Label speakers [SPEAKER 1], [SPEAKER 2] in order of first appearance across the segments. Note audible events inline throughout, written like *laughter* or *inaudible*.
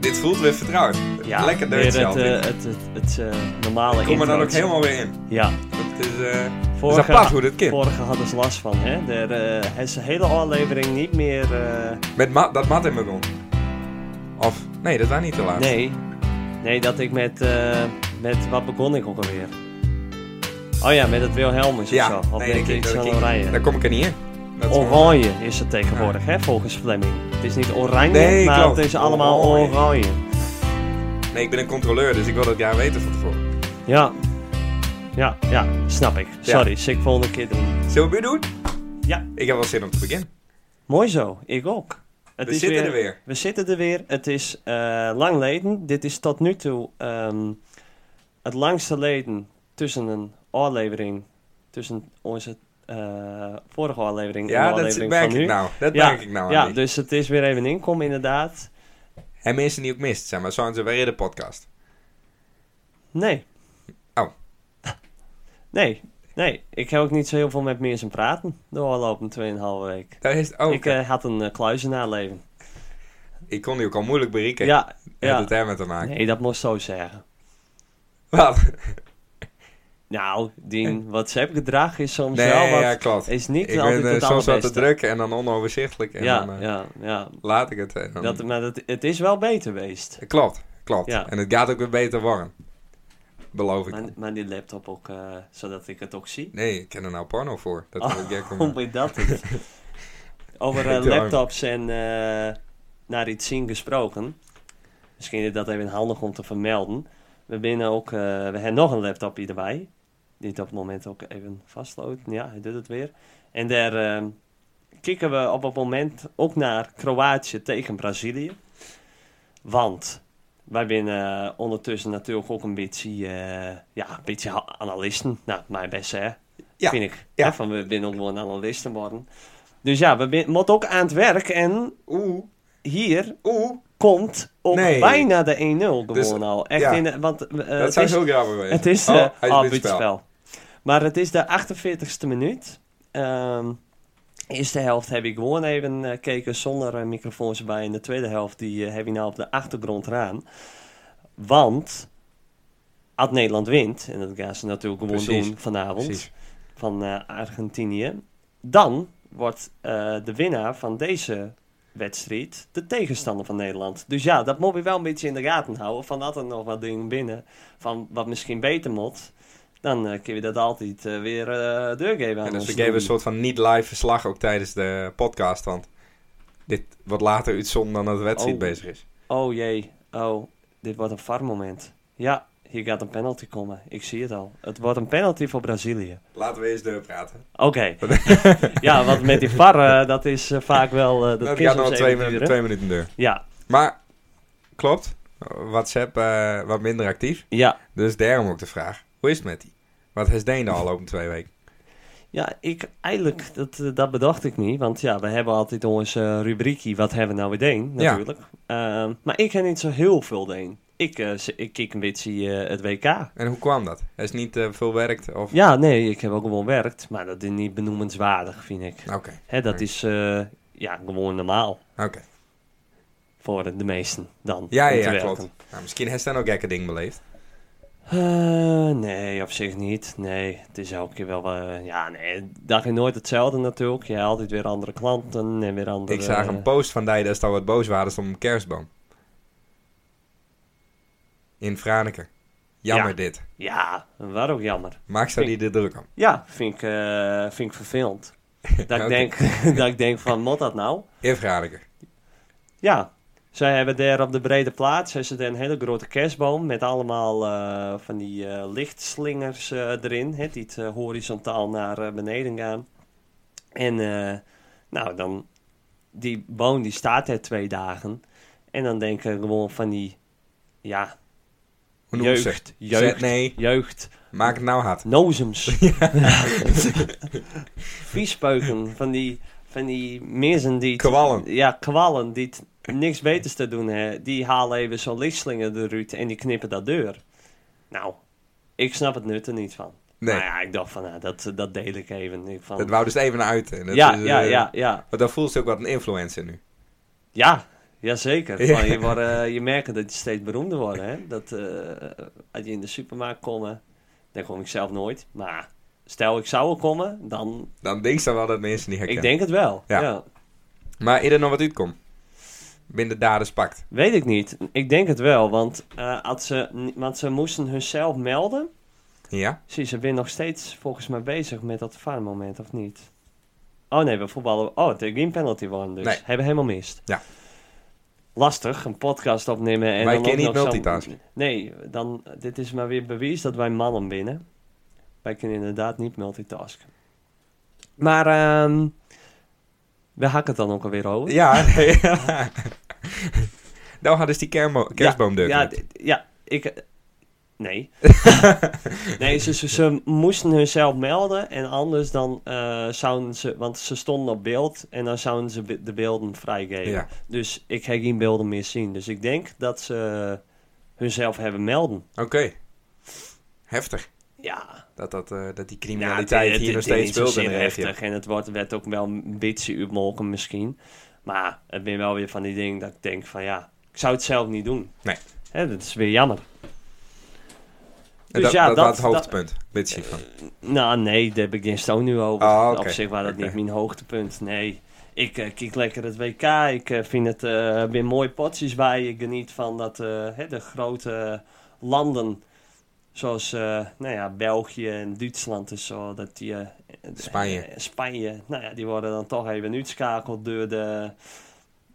[SPEAKER 1] dit voelt weer vertrouwd. Lekker
[SPEAKER 2] weer
[SPEAKER 1] Duitse
[SPEAKER 2] het,
[SPEAKER 1] altijd.
[SPEAKER 2] eh, het, het, het eh, normale
[SPEAKER 1] Ik kom er dan ook
[SPEAKER 2] introotje.
[SPEAKER 1] helemaal weer in.
[SPEAKER 2] Ja.
[SPEAKER 1] Het is, eh,
[SPEAKER 2] Vorige,
[SPEAKER 1] apart hoe dit kind.
[SPEAKER 2] Vorige hadden ze last van, hè. Er eh, is een hele aflevering niet meer... eh,
[SPEAKER 1] met Ma- dat Martin begon. Of, nee, dat was niet de laatste.
[SPEAKER 2] nee. Nee, dat ik met... eh, met wat begon ik ook alweer? Oh ja, met het Wilhelmus
[SPEAKER 1] ja,
[SPEAKER 2] of zo. Of
[SPEAKER 1] nee,
[SPEAKER 2] met
[SPEAKER 1] dat-
[SPEAKER 2] iets
[SPEAKER 1] dat-
[SPEAKER 2] van
[SPEAKER 1] dat-
[SPEAKER 2] oranje.
[SPEAKER 1] Daar kom ik er niet in. Dat is gewoon-
[SPEAKER 2] Oranje is het tegenwoordig, hè, volgens Fleming. Het is niet oranje,
[SPEAKER 1] Nee,
[SPEAKER 2] maar
[SPEAKER 1] klopt.
[SPEAKER 2] het is allemaal
[SPEAKER 1] Oranje.
[SPEAKER 2] oranje.
[SPEAKER 1] Nee, ik ben een controleur, dus ik wil dat jaar weten van tevoren.
[SPEAKER 2] Ja. Ja, ja, snap ik.
[SPEAKER 1] Ja.
[SPEAKER 2] Sorry, zal ik volgende keer doen.
[SPEAKER 1] Zullen we het weer doen?
[SPEAKER 2] Ja.
[SPEAKER 1] Ik heb wel zin om te beginnen.
[SPEAKER 2] Mooi zo, ik ook. Het
[SPEAKER 1] we zitten er weer.
[SPEAKER 2] We zitten er weer. Het is eh, lang leden. Dit is tot nu toe ehm, het langste leden tussen een aflevering, tussen onze eh, vorige aflevering en
[SPEAKER 1] Ja,
[SPEAKER 2] de
[SPEAKER 1] dat
[SPEAKER 2] aflevering
[SPEAKER 1] merk
[SPEAKER 2] van nu.
[SPEAKER 1] ik nou. Dat
[SPEAKER 2] Ja,
[SPEAKER 1] merk ik nou.
[SPEAKER 2] ja,
[SPEAKER 1] Andy.
[SPEAKER 2] dus het is weer even inkomen inderdaad.
[SPEAKER 1] En mensen die ook mist, zeg maar, zouden ze weer in de podcast.
[SPEAKER 2] Nee.
[SPEAKER 1] Oh.
[SPEAKER 2] *laughs* Nee, nee. Ik heb ook niet zo heel veel met meer zijn praten de afgelopen 2,5 week.
[SPEAKER 1] Daar is, oh,
[SPEAKER 2] Ik eh, had een eh, kluizenaarleven.
[SPEAKER 1] ik kon die ook al moeilijk berieken.
[SPEAKER 2] Ja,
[SPEAKER 1] Heeft
[SPEAKER 2] ja.
[SPEAKER 1] het daarmee te maken.
[SPEAKER 2] Nee, dat moest zo zeggen.
[SPEAKER 1] Wat?
[SPEAKER 2] Nou, die WhatsApp-gedrag is soms
[SPEAKER 1] Nee,
[SPEAKER 2] wel wat...
[SPEAKER 1] ja, klopt.
[SPEAKER 2] Is niet
[SPEAKER 1] ik
[SPEAKER 2] altijd
[SPEAKER 1] ben eh,
[SPEAKER 2] het
[SPEAKER 1] soms wat te
[SPEAKER 2] allerbeste.
[SPEAKER 1] druk en dan onoverzichtelijk. En
[SPEAKER 2] ja,
[SPEAKER 1] dan eh,
[SPEAKER 2] ja, ja.
[SPEAKER 1] laat ik het. en dan- Eh,
[SPEAKER 2] Dat, maar dat, het is wel beter geweest.
[SPEAKER 1] Klopt, klopt.
[SPEAKER 2] Ja.
[SPEAKER 1] En het gaat ook weer beter worden. Beloof ik.
[SPEAKER 2] Maar, maar die laptop ook, eh, zodat ik het ook zie.
[SPEAKER 1] Nee, ik ken er nou porno voor. Dat
[SPEAKER 2] Oh.
[SPEAKER 1] wil ik gek om.
[SPEAKER 2] Hoe moet dat is. Over
[SPEAKER 1] *laughs*
[SPEAKER 2] eh,
[SPEAKER 1] De arm.
[SPEAKER 2] laptops en eh, naar iets zien gesproken. Misschien is dat even handig om te vermelden. We, binnen ook, eh, we hebben nog een laptopje erbij. Die het op het moment ook even vastloopt. Ja, hij doet het weer. En daar eh, kijken we op het moment ook naar Kroatië tegen Brazilië. Want wij zijn eh, ondertussen natuurlijk ook een beetje, eh, ja, een beetje ha- analisten. Nou, mijn best hè.
[SPEAKER 1] Ja,
[SPEAKER 2] Vind ik.
[SPEAKER 1] ja.
[SPEAKER 2] Hè, Van we zijn ook gewoon analisten worden. Dus ja, we zijn- moeten ook aan het werk. En
[SPEAKER 1] Oeh,
[SPEAKER 2] hier
[SPEAKER 1] oeh.
[SPEAKER 2] komt ook
[SPEAKER 1] Nee.
[SPEAKER 2] bijna de 1-0 gewoon
[SPEAKER 1] Dus,
[SPEAKER 2] al. Echt
[SPEAKER 1] ja.
[SPEAKER 2] in de, want, eh,
[SPEAKER 1] dat
[SPEAKER 2] het
[SPEAKER 1] zou
[SPEAKER 2] is,
[SPEAKER 1] heel grappig zijn.
[SPEAKER 2] het is
[SPEAKER 1] Oh,
[SPEAKER 2] de
[SPEAKER 1] hij is
[SPEAKER 2] ah,
[SPEAKER 1] buitenspel.
[SPEAKER 2] buitenspel. Maar het is de 48ste minuut. Ehm eerste helft heb ik gewoon even eh, gekeken zonder eh, microfoons erbij. En de tweede helft die eh, heb ik nou op de achtergrond raam. Want als Nederland wint, en dat gaan ze natuurlijk gewoon
[SPEAKER 1] Precies.
[SPEAKER 2] doen vanavond
[SPEAKER 1] Precies.
[SPEAKER 2] van eh, Argentinië, dan wordt eh, de winnaar van deze wedstrijd de tegenstander van Nederland. Dus ja, dat moet je wel een beetje in de gaten houden. Van dat er nog wat dingen binnen, van wat misschien beter moet, dan eh kun je dat altijd eh, weer eh doorgeven aan
[SPEAKER 1] En dus
[SPEAKER 2] ons
[SPEAKER 1] we geven een
[SPEAKER 2] doel.
[SPEAKER 1] soort van niet-live verslag ook tijdens de podcast. Want dit wordt later uitzonden dan dat de wedstrijd
[SPEAKER 2] Oh.
[SPEAKER 1] bezig is.
[SPEAKER 2] Oh jee, oh, dit wordt een var moment. Ja, hier gaat een penalty komen. Ik zie het al. Het wordt een penalty voor Brazilië.
[SPEAKER 1] Laten we eens door
[SPEAKER 2] *laughs*
[SPEAKER 1] praten.
[SPEAKER 2] Oké. ja, want met die VAR, eh, dat is eh, vaak wel... eh, dat
[SPEAKER 1] Dat,
[SPEAKER 2] dat
[SPEAKER 1] Nou, gaat
[SPEAKER 2] kan
[SPEAKER 1] nog
[SPEAKER 2] nog
[SPEAKER 1] twee, minuten- twee minuten deur.
[SPEAKER 2] Ja,
[SPEAKER 1] Maar, klopt. WhatsApp eh, wat minder actief.
[SPEAKER 2] ja.
[SPEAKER 1] Dus daarom ook de vraag. Hoe is het met die? Wat heeft Deen de al over twee weken?
[SPEAKER 2] Ja, ik eigenlijk, dat, eh, dat bedacht ik niet. Want ja, we hebben altijd onze eh, rubriekje, wat hebben we nou weer deen,
[SPEAKER 1] Ja.
[SPEAKER 2] natuurlijk. Ehm, maar ik heb niet zo heel veel deen. Ik, eh, ze- ik kijk een beetje eh, het WK.
[SPEAKER 1] En hoe kwam dat? Hij is niet eh, veel werkt of...
[SPEAKER 2] Ja, nee, ik heb ook gewoon werkt, maar dat is niet benoemenswaardig, vind ik.
[SPEAKER 1] Oké,
[SPEAKER 2] Hè, dat is eh, ja, gewoon normaal
[SPEAKER 1] oké.
[SPEAKER 2] voor de meesten dan.
[SPEAKER 1] Ja,
[SPEAKER 2] om te
[SPEAKER 1] ja, ja
[SPEAKER 2] werken.
[SPEAKER 1] klopt. Nou, misschien heeft hij dan ook gekke dingen beleefd.
[SPEAKER 2] Eh, nee, op zich niet. Nee, het is elke keer wel... eh, ja, nee, dat is nooit hetzelfde natuurlijk. Je hebt altijd weer andere klanten en weer andere...
[SPEAKER 1] Ik zag een
[SPEAKER 2] eh,
[SPEAKER 1] post van die dat ze al wat boos waren om een kerstboom. In Franeker. Jammer
[SPEAKER 2] Ja.
[SPEAKER 1] dit.
[SPEAKER 2] Ja, waar ook jammer.
[SPEAKER 1] Maak ze die er druk om.
[SPEAKER 2] Ja, vind ik, eh, vind ik
[SPEAKER 1] *laughs*
[SPEAKER 2] vervelend. Dat,
[SPEAKER 1] Oké.
[SPEAKER 2] ik denk, *laughs* dat ik denk van, moet dat nou?
[SPEAKER 1] In Franeker.
[SPEAKER 2] Ja, zij hebben daar op de brede plaats hebben ze daar een hele grote kerstboom met allemaal eh, van die eh, lichtslingers eh, erin, hè, die het, eh, horizontaal naar eh, beneden gaan. En eh, nou, dan, die boom die staat er twee dagen. En dan denken gewoon van die, ja,
[SPEAKER 1] Hoe noem je ze?
[SPEAKER 2] jeugd, jeugd,
[SPEAKER 1] Zet- nee,
[SPEAKER 2] jeugd,
[SPEAKER 1] maak het nou hard. *laughs*
[SPEAKER 2] Nozems. *laughs* Viespeuken van die, van die mensen die... het-
[SPEAKER 1] Kwallen.
[SPEAKER 2] Ja, kwallen die het niks beters te doen hebben. Die halen even zo'n lichtslinger eruit en die knippen dat deur. Nou, ik snap het nut er niet van.
[SPEAKER 1] Nee.
[SPEAKER 2] Maar ja, ik dacht van, nou, dat, dat deel ik even. Ik van,
[SPEAKER 1] Dat wou dus even naar uit. En dat
[SPEAKER 2] ja,
[SPEAKER 1] is,
[SPEAKER 2] ja,
[SPEAKER 1] eh,
[SPEAKER 2] ja, ja,
[SPEAKER 1] Want dan voelt ze ook wat een influencer nu.
[SPEAKER 2] ja, ja. Jazeker.
[SPEAKER 1] Ja.
[SPEAKER 2] zeker. je, wordt, eh, je merkt dat je steeds beroemder wordt. Hè? Dat, eh, als je in de supermarkt komt, dan kom ik zelf nooit. Maar stel ik zou er komen, dan...
[SPEAKER 1] Dan denk je wel dat mensen niet herkennen.
[SPEAKER 2] Ik denk het wel.
[SPEAKER 1] Ja.
[SPEAKER 2] ja.
[SPEAKER 1] Maar is er nog wat uitkomt? Binnen de daders pakt.
[SPEAKER 2] Weet ik niet. Ik denk het wel, want, eh, had ze, n- want ze moesten hunzelf melden.
[SPEAKER 1] Ja?
[SPEAKER 2] Zie, ze zijn nog steeds volgens mij bezig met dat vaarmoment, of niet? Oh nee, we voetballen... Oh, de green penalty won dus.
[SPEAKER 1] Nee.
[SPEAKER 2] Hebben helemaal mist.
[SPEAKER 1] Ja.
[SPEAKER 2] Lastig, een podcast opnemen
[SPEAKER 1] Wij
[SPEAKER 2] en dan ook
[SPEAKER 1] kunnen niet
[SPEAKER 2] nog zo'n-
[SPEAKER 1] multitasken.
[SPEAKER 2] Nee, dan, dit is maar weer bewijs dat wij mannen binnen. Wij kunnen inderdaad niet multitasken. Maar ehm, we hakken het dan ook alweer over.
[SPEAKER 1] Ja. nee. *laughs* nou gaat dus die kermo- kerstboom deur.
[SPEAKER 2] Ja,
[SPEAKER 1] Ja,
[SPEAKER 2] d- ja ik... eh,
[SPEAKER 1] *laughs*
[SPEAKER 2] Nee. nee, ze, ze, ze moesten hunzelf melden en anders dan eh, zouden ze... Want ze stonden op beeld en dan zouden ze be- de beelden vrijgeven.
[SPEAKER 1] Ja.
[SPEAKER 2] Dus ik heb geen beelden meer zien. Dus ik denk dat ze hunzelf hebben melden.
[SPEAKER 1] Oké. Heftig.
[SPEAKER 2] Ja.
[SPEAKER 1] Dat, dat, eh, dat die
[SPEAKER 2] Ja,
[SPEAKER 1] criminaliteit
[SPEAKER 2] het- het-
[SPEAKER 1] hier nog
[SPEAKER 2] het is
[SPEAKER 1] steeds
[SPEAKER 2] niet
[SPEAKER 1] speelt. in
[SPEAKER 2] zozeer
[SPEAKER 1] de regio.
[SPEAKER 2] heftig en het wordt, werd ook wel een beetje uitmolken misschien. Maar het ben wel weer van die dingen dat ik denk van ja, ik zou het zelf niet doen.
[SPEAKER 1] Nee.
[SPEAKER 2] Hè, dat is weer jammer.
[SPEAKER 1] En
[SPEAKER 2] Dus
[SPEAKER 1] dat,
[SPEAKER 2] ja,
[SPEAKER 1] dat,
[SPEAKER 2] dat-
[SPEAKER 1] was het
[SPEAKER 2] dat-
[SPEAKER 1] hoogtepunt. Weet je van.
[SPEAKER 2] Nou, nee, daar begint het ook nu over.
[SPEAKER 1] Ah, oké.
[SPEAKER 2] Op zich was dat
[SPEAKER 1] Oké.
[SPEAKER 2] niet mijn hoogtepunt. Nee, ik eh, kijk lekker het WK. Ik eh, vind het eh, weer mooie potjes bij. Ik geniet van dat, eh, hè, de grote landen. Zoals eh, nou ja, België en Duitsland en zo. Dat die, eh, eh,
[SPEAKER 1] Spanje.
[SPEAKER 2] eh, Spanje. Nou ja, die worden dan toch even uitschakeld door de,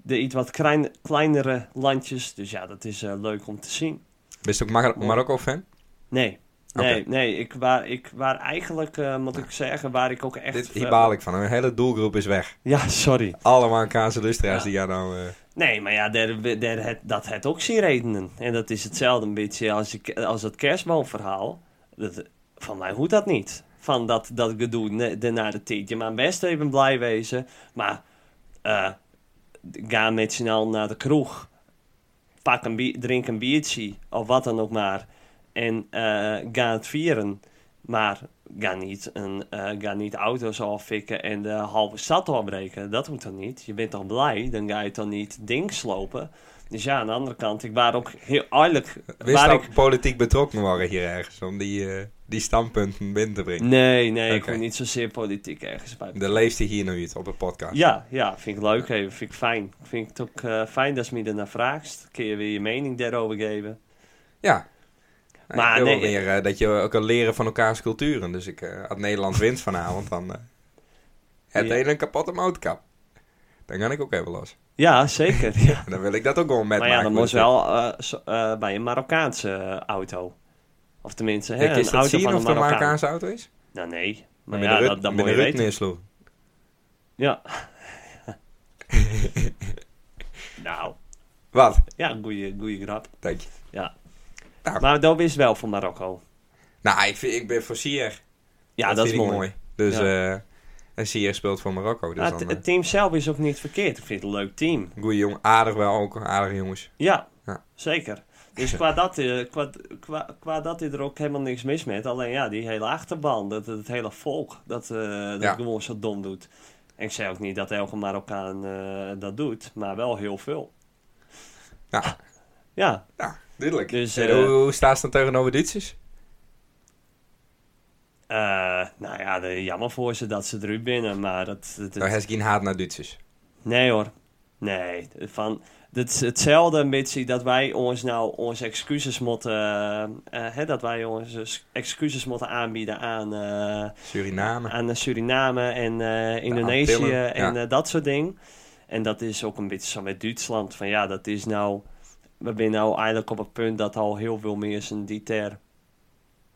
[SPEAKER 2] de iets wat klein- kleinere landjes. Dus ja, dat is eh, leuk om te zien.
[SPEAKER 1] Ben je ook Mar- Marokko-fan?
[SPEAKER 2] Nee.
[SPEAKER 1] Oké.
[SPEAKER 2] Nee, nee, ik waar, ik waar eigenlijk, eh, moet ik zeggen, waar ik ook echt...
[SPEAKER 1] Dit, hier baal ik van. Een hele doelgroep is weg.
[SPEAKER 2] Ja, sorry.
[SPEAKER 1] Allemaal Kaanse lustra's
[SPEAKER 2] Ja.
[SPEAKER 1] die jou nou... eh,
[SPEAKER 2] Nee, maar ja, daar, daar, het, dat het ook zien redenen. En dat is hetzelfde een beetje als, ik, als dat kerstboomverhaal. Dat, van mij hoeft dat niet. Van dat, dat gedoe ne- de- naar de tientje. Maar best even blij wezen. Maar eh, ga met z'n allen naar de kroeg. Pak een bier, drink een biertje of wat dan ook maar. En eh, ga het vieren. Maar ga niet, een, eh, ga niet auto's afvikken en de halve stad afbreken. Dat moet dan niet. Je bent dan blij, dan ga je toch niet ding slopen. Dus ja, aan de andere kant, ik waar ook heel eerlijk.
[SPEAKER 1] Wist
[SPEAKER 2] waar ik
[SPEAKER 1] dat politiek betrokken waren hier ergens? Om die, eh, die standpunten binnen te brengen.
[SPEAKER 2] Nee, nee, ik
[SPEAKER 1] Oké.
[SPEAKER 2] wil niet zozeer politiek ergens bij.
[SPEAKER 1] Dan leeft hij hier nu iets op een podcast.
[SPEAKER 2] Ja, ja, vind ik leuk even, vind ik fijn. Vind ik het ook eh, fijn dat ze me ernaar vraagt. Kun je weer je mening daarover geven.
[SPEAKER 1] Ja. Maar
[SPEAKER 2] Maar
[SPEAKER 1] ik wil wel
[SPEAKER 2] nee,
[SPEAKER 1] weer eh, dat je ook kan leren van elkaars culturen. Dus ik, eh als Nederland wint vanavond, dan eh, het
[SPEAKER 2] Ja.
[SPEAKER 1] hele een kapotte motorkap. Dan kan ik ook even los. *laughs*
[SPEAKER 2] Ja, zeker. Ja.
[SPEAKER 1] En dan wil ik dat ook wel met
[SPEAKER 2] maar ja, dan moest wel eh, zo- eh, bij een Marokkaanse eh, auto. Of tenminste, hè,
[SPEAKER 1] is
[SPEAKER 2] een
[SPEAKER 1] eh, dat
[SPEAKER 2] auto
[SPEAKER 1] zien
[SPEAKER 2] van
[SPEAKER 1] of
[SPEAKER 2] een
[SPEAKER 1] de
[SPEAKER 2] Marokkaan.
[SPEAKER 1] Marokkaanse auto is?
[SPEAKER 2] Nou, nee. Maar
[SPEAKER 1] Maar
[SPEAKER 2] ja, dat, dat moet je weten.
[SPEAKER 1] neersloeg. *laughs*
[SPEAKER 2] Ja. nou,
[SPEAKER 1] Wat?
[SPEAKER 2] ja, goeie, goeie grap.
[SPEAKER 1] Dank je.
[SPEAKER 2] Ja.
[SPEAKER 1] Nou.
[SPEAKER 2] Maar dat is wel van Marokko.
[SPEAKER 1] Nou, ik, vind, ik ben voor Sier.
[SPEAKER 2] Ja, dat, is
[SPEAKER 1] vind ik
[SPEAKER 2] mooi.
[SPEAKER 1] Dus,
[SPEAKER 2] Ja.
[SPEAKER 1] eh en Sier speelt voor Marokko. Dus
[SPEAKER 2] Maar
[SPEAKER 1] dan,
[SPEAKER 2] het,
[SPEAKER 1] eh,
[SPEAKER 2] het team zelf is ook niet verkeerd. Ik vind het een leuk team.
[SPEAKER 1] goeie jong, aardig wel ook, aardige jongens.
[SPEAKER 2] Ja,
[SPEAKER 1] Ja.
[SPEAKER 2] zeker.
[SPEAKER 1] *laughs*
[SPEAKER 2] Dus qua dat, eh, qua, qua, qua dat is er ook helemaal niks mis met. Alleen ja, die hele achterban, dat, dat hele volk, dat, eh, dat
[SPEAKER 1] Ja.
[SPEAKER 2] gewoon zo dom doet. En ik zei ook niet dat elke Marokkaan eh, dat doet, maar wel heel veel.
[SPEAKER 1] Ja.
[SPEAKER 2] Ja,
[SPEAKER 1] Ja, duidelijk.
[SPEAKER 2] Dus,
[SPEAKER 1] En
[SPEAKER 2] eh,
[SPEAKER 1] hoe, hoe staat ze dan tegenover Duitsers?
[SPEAKER 2] eh, nou ja, de- jammer voor ze dat ze eruit binnen, maar dat... dat, dat-
[SPEAKER 1] Nou, hij is geen haat naar Duitsers.
[SPEAKER 2] Nee hoor. Nee. Van, dat is hetzelfde een beetje dat wij ons nou onze excuses moeten... eh, eh, hè, dat wij onze s- excuses moeten aanbieden aan, eh,
[SPEAKER 1] Suriname.
[SPEAKER 2] aan eh, Suriname en eh, Indonesië
[SPEAKER 1] Antillen,
[SPEAKER 2] en
[SPEAKER 1] ja.
[SPEAKER 2] eh, dat soort dingen. En dat is ook een beetje zo met Duitsland. Van ja, dat is nou... We zijn nou eigenlijk op het punt dat al heel veel mensen die ter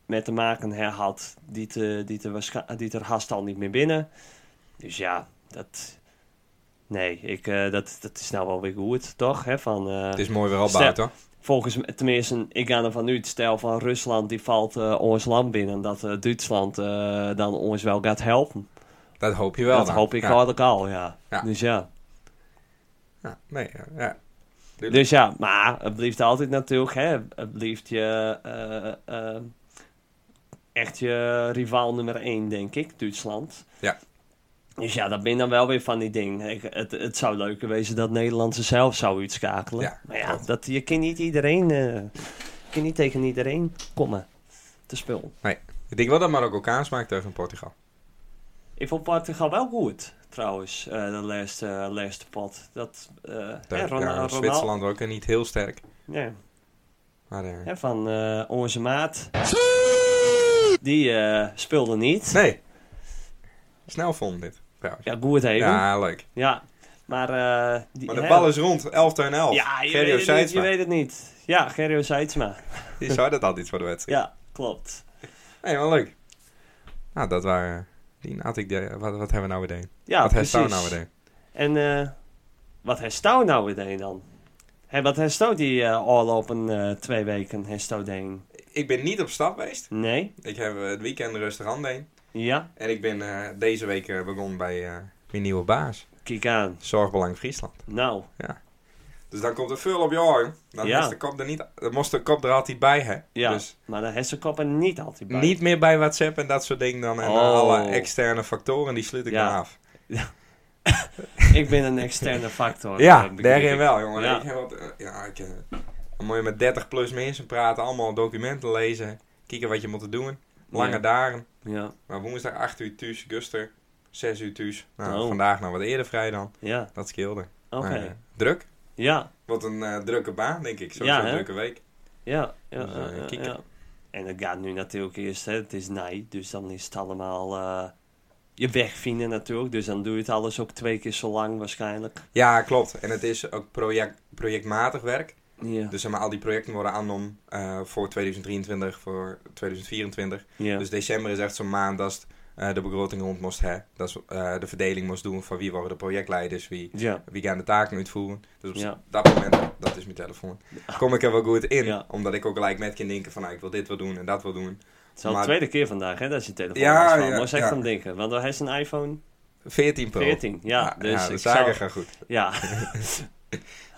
[SPEAKER 2] met te maken he- had, die, te, die, te waarsch- die er haast al niet meer binnen. Dus ja, dat... Nee, ik, eh, dat, dat is nou wel weer goed, toch? Hè? Van, eh,
[SPEAKER 1] Het is mooi weer al
[SPEAKER 2] Stel-
[SPEAKER 1] buiten. hoor.
[SPEAKER 2] Volgens mij, tenminste, ik ga ervan uit, stel van Rusland die valt eh, ons land binnen, dat eh, Duitsland eh, dan ons wel gaat helpen.
[SPEAKER 1] Dat hoop je wel.
[SPEAKER 2] dat
[SPEAKER 1] dan.
[SPEAKER 2] hoop ik
[SPEAKER 1] Ja.
[SPEAKER 2] eigenlijk al, ja.
[SPEAKER 1] Ja.
[SPEAKER 2] Dus ja.
[SPEAKER 1] Ja, nee, ja, ja. Tuurlijk.
[SPEAKER 2] Dus ja, maar het blijft altijd natuurlijk, hè, het blijft je eh, eh, echt je rivaal nummer één, denk ik, Duitsland.
[SPEAKER 1] Ja.
[SPEAKER 2] Dus ja, dat ben dan wel weer van die ding. Ik, het, het zou leuker wezen dat Nederlandse zelf zou uitschakelen.
[SPEAKER 1] Ja,
[SPEAKER 2] maar ja,
[SPEAKER 1] klopt.
[SPEAKER 2] dat, je kan niet iedereen... eh, je kan niet tegen iedereen komen. Te spul.
[SPEAKER 1] Ik denk wel dat Marokko kaas maakt tegen Portugal.
[SPEAKER 2] Ik vond Portugal wel goed, trouwens, eh de laatste, laatste pot. Dat, eh hè,
[SPEAKER 1] Tegen
[SPEAKER 2] Ron-
[SPEAKER 1] ja,
[SPEAKER 2] Ronald-
[SPEAKER 1] Zwitserland ook en niet heel sterk.
[SPEAKER 2] Ja,
[SPEAKER 1] Maar, eh,
[SPEAKER 2] hè, van eh, onze maat. Die eh, speelde niet.
[SPEAKER 1] Nee. Snel vond dit, trouwens.
[SPEAKER 2] Ja, goed even. Ja,
[SPEAKER 1] Ja, leuk.
[SPEAKER 2] maar... eh, die,
[SPEAKER 1] Maar de
[SPEAKER 2] hè,
[SPEAKER 1] bal is rond, 11 tegen 11.
[SPEAKER 2] Ja, je,
[SPEAKER 1] Gerrio
[SPEAKER 2] weet het niet, je
[SPEAKER 1] Seidsma.
[SPEAKER 2] weet het niet. Ja, Gerrio Seidsma.
[SPEAKER 1] Die zou dat altijd voor de wedstrijd.
[SPEAKER 2] Ja, klopt.
[SPEAKER 1] Nee, wel leuk. Nou, dat waren... Die Nou, had ik de, wat, wat hebben we nou weer deen?
[SPEAKER 2] Ja,
[SPEAKER 1] wat heeft
[SPEAKER 2] precies.
[SPEAKER 1] Touw nou weer deen?
[SPEAKER 2] En eh, wat herstou nou weer deed dan? Hé, wat herstou die eh al open twee weken herstou deed?
[SPEAKER 1] Ik ben niet op stap geweest.
[SPEAKER 2] Nee?
[SPEAKER 1] Ik heb eh, het weekend rustig aan deen.
[SPEAKER 2] Ja?
[SPEAKER 1] En ik ben eh, deze week eh, begonnen bij eh, mijn nieuwe baas.
[SPEAKER 2] Kijk aan.
[SPEAKER 1] Zorgbelang Friesland.
[SPEAKER 2] Nou,
[SPEAKER 1] Dus dan komt er veel op je oren. Dan
[SPEAKER 2] Ja.
[SPEAKER 1] moest, de kop er niet, dan moest de kop er altijd bij, hè?
[SPEAKER 2] ja.
[SPEAKER 1] Dus
[SPEAKER 2] Maar de hersenkoppen niet altijd bij.
[SPEAKER 1] niet meer bij WhatsApp en dat soort dingen dan. En eh,
[SPEAKER 2] Oh.
[SPEAKER 1] alle externe factoren, die sluit ik
[SPEAKER 2] Ja.
[SPEAKER 1] dan af.
[SPEAKER 2] Ik ben een externe
[SPEAKER 1] *laughs*
[SPEAKER 2] factor.
[SPEAKER 1] Ja,
[SPEAKER 2] Oh, dat begrijp
[SPEAKER 1] daarin
[SPEAKER 2] ik.
[SPEAKER 1] wel, jongen.
[SPEAKER 2] Ja.
[SPEAKER 1] Ik heb wat, eh, ja, ik, eh, dan moet je met 30 plus mensen praten, allemaal documenten lezen, kijken wat je moet doen. Lange
[SPEAKER 2] Ja.
[SPEAKER 1] dagen.
[SPEAKER 2] Ja,
[SPEAKER 1] Maar woensdag 8 uur thuis, guster 6 uur thuis. Nou,
[SPEAKER 2] Oh.
[SPEAKER 1] vandaag nog wat eerder vrij dan.
[SPEAKER 2] ja.
[SPEAKER 1] Dat scheelde.
[SPEAKER 2] Oké.
[SPEAKER 1] Maar, eh, druk.
[SPEAKER 2] Ja,
[SPEAKER 1] Wat een eh, drukke baan, denk ik. Zo'n
[SPEAKER 2] Ja,
[SPEAKER 1] zo'n
[SPEAKER 2] hè?
[SPEAKER 1] drukke week.
[SPEAKER 2] ja, ja.
[SPEAKER 1] Dus, eh,
[SPEAKER 2] eh,
[SPEAKER 1] kieken.
[SPEAKER 2] ja. En dat gaat nu natuurlijk eerst, hè. Het is nee, dus dan is het allemaal... eh, je weg vinden natuurlijk, dus dan doe je het alles ook twee keer zo lang waarschijnlijk.
[SPEAKER 1] Ja, klopt. En het is ook project, projectmatig werk.
[SPEAKER 2] Ja,
[SPEAKER 1] Dus zeg maar, al die projecten worden aangenom eh, voor 2023, voor 2024.
[SPEAKER 2] ja.
[SPEAKER 1] Dus december is echt zo'n maand dat het, eh, de begroting rond moest hebben. Dat ze eh, de verdeling moest doen van wie worden de projectleiders, wie,
[SPEAKER 2] ja.
[SPEAKER 1] wie gaan de taken uitvoeren. Dus op
[SPEAKER 2] Ja.
[SPEAKER 1] dat moment, dat is mijn telefoon, kom ik er wel goed in.
[SPEAKER 2] Ja.
[SPEAKER 1] Omdat ik ook gelijk met kan denken van nou, ik wil dit wel doen en dat wil doen.
[SPEAKER 2] Het is al de
[SPEAKER 1] Maar-
[SPEAKER 2] tweede keer vandaag hè, dat is je telefoon
[SPEAKER 1] Ja,
[SPEAKER 2] ja,
[SPEAKER 1] ja,
[SPEAKER 2] Moest echt
[SPEAKER 1] ja.
[SPEAKER 2] aan denken, want hij is een iPhone
[SPEAKER 1] 14 pro.
[SPEAKER 2] 14. Ja, dus
[SPEAKER 1] de
[SPEAKER 2] ik
[SPEAKER 1] zaken
[SPEAKER 2] zou...
[SPEAKER 1] gaan goed.
[SPEAKER 2] Ja,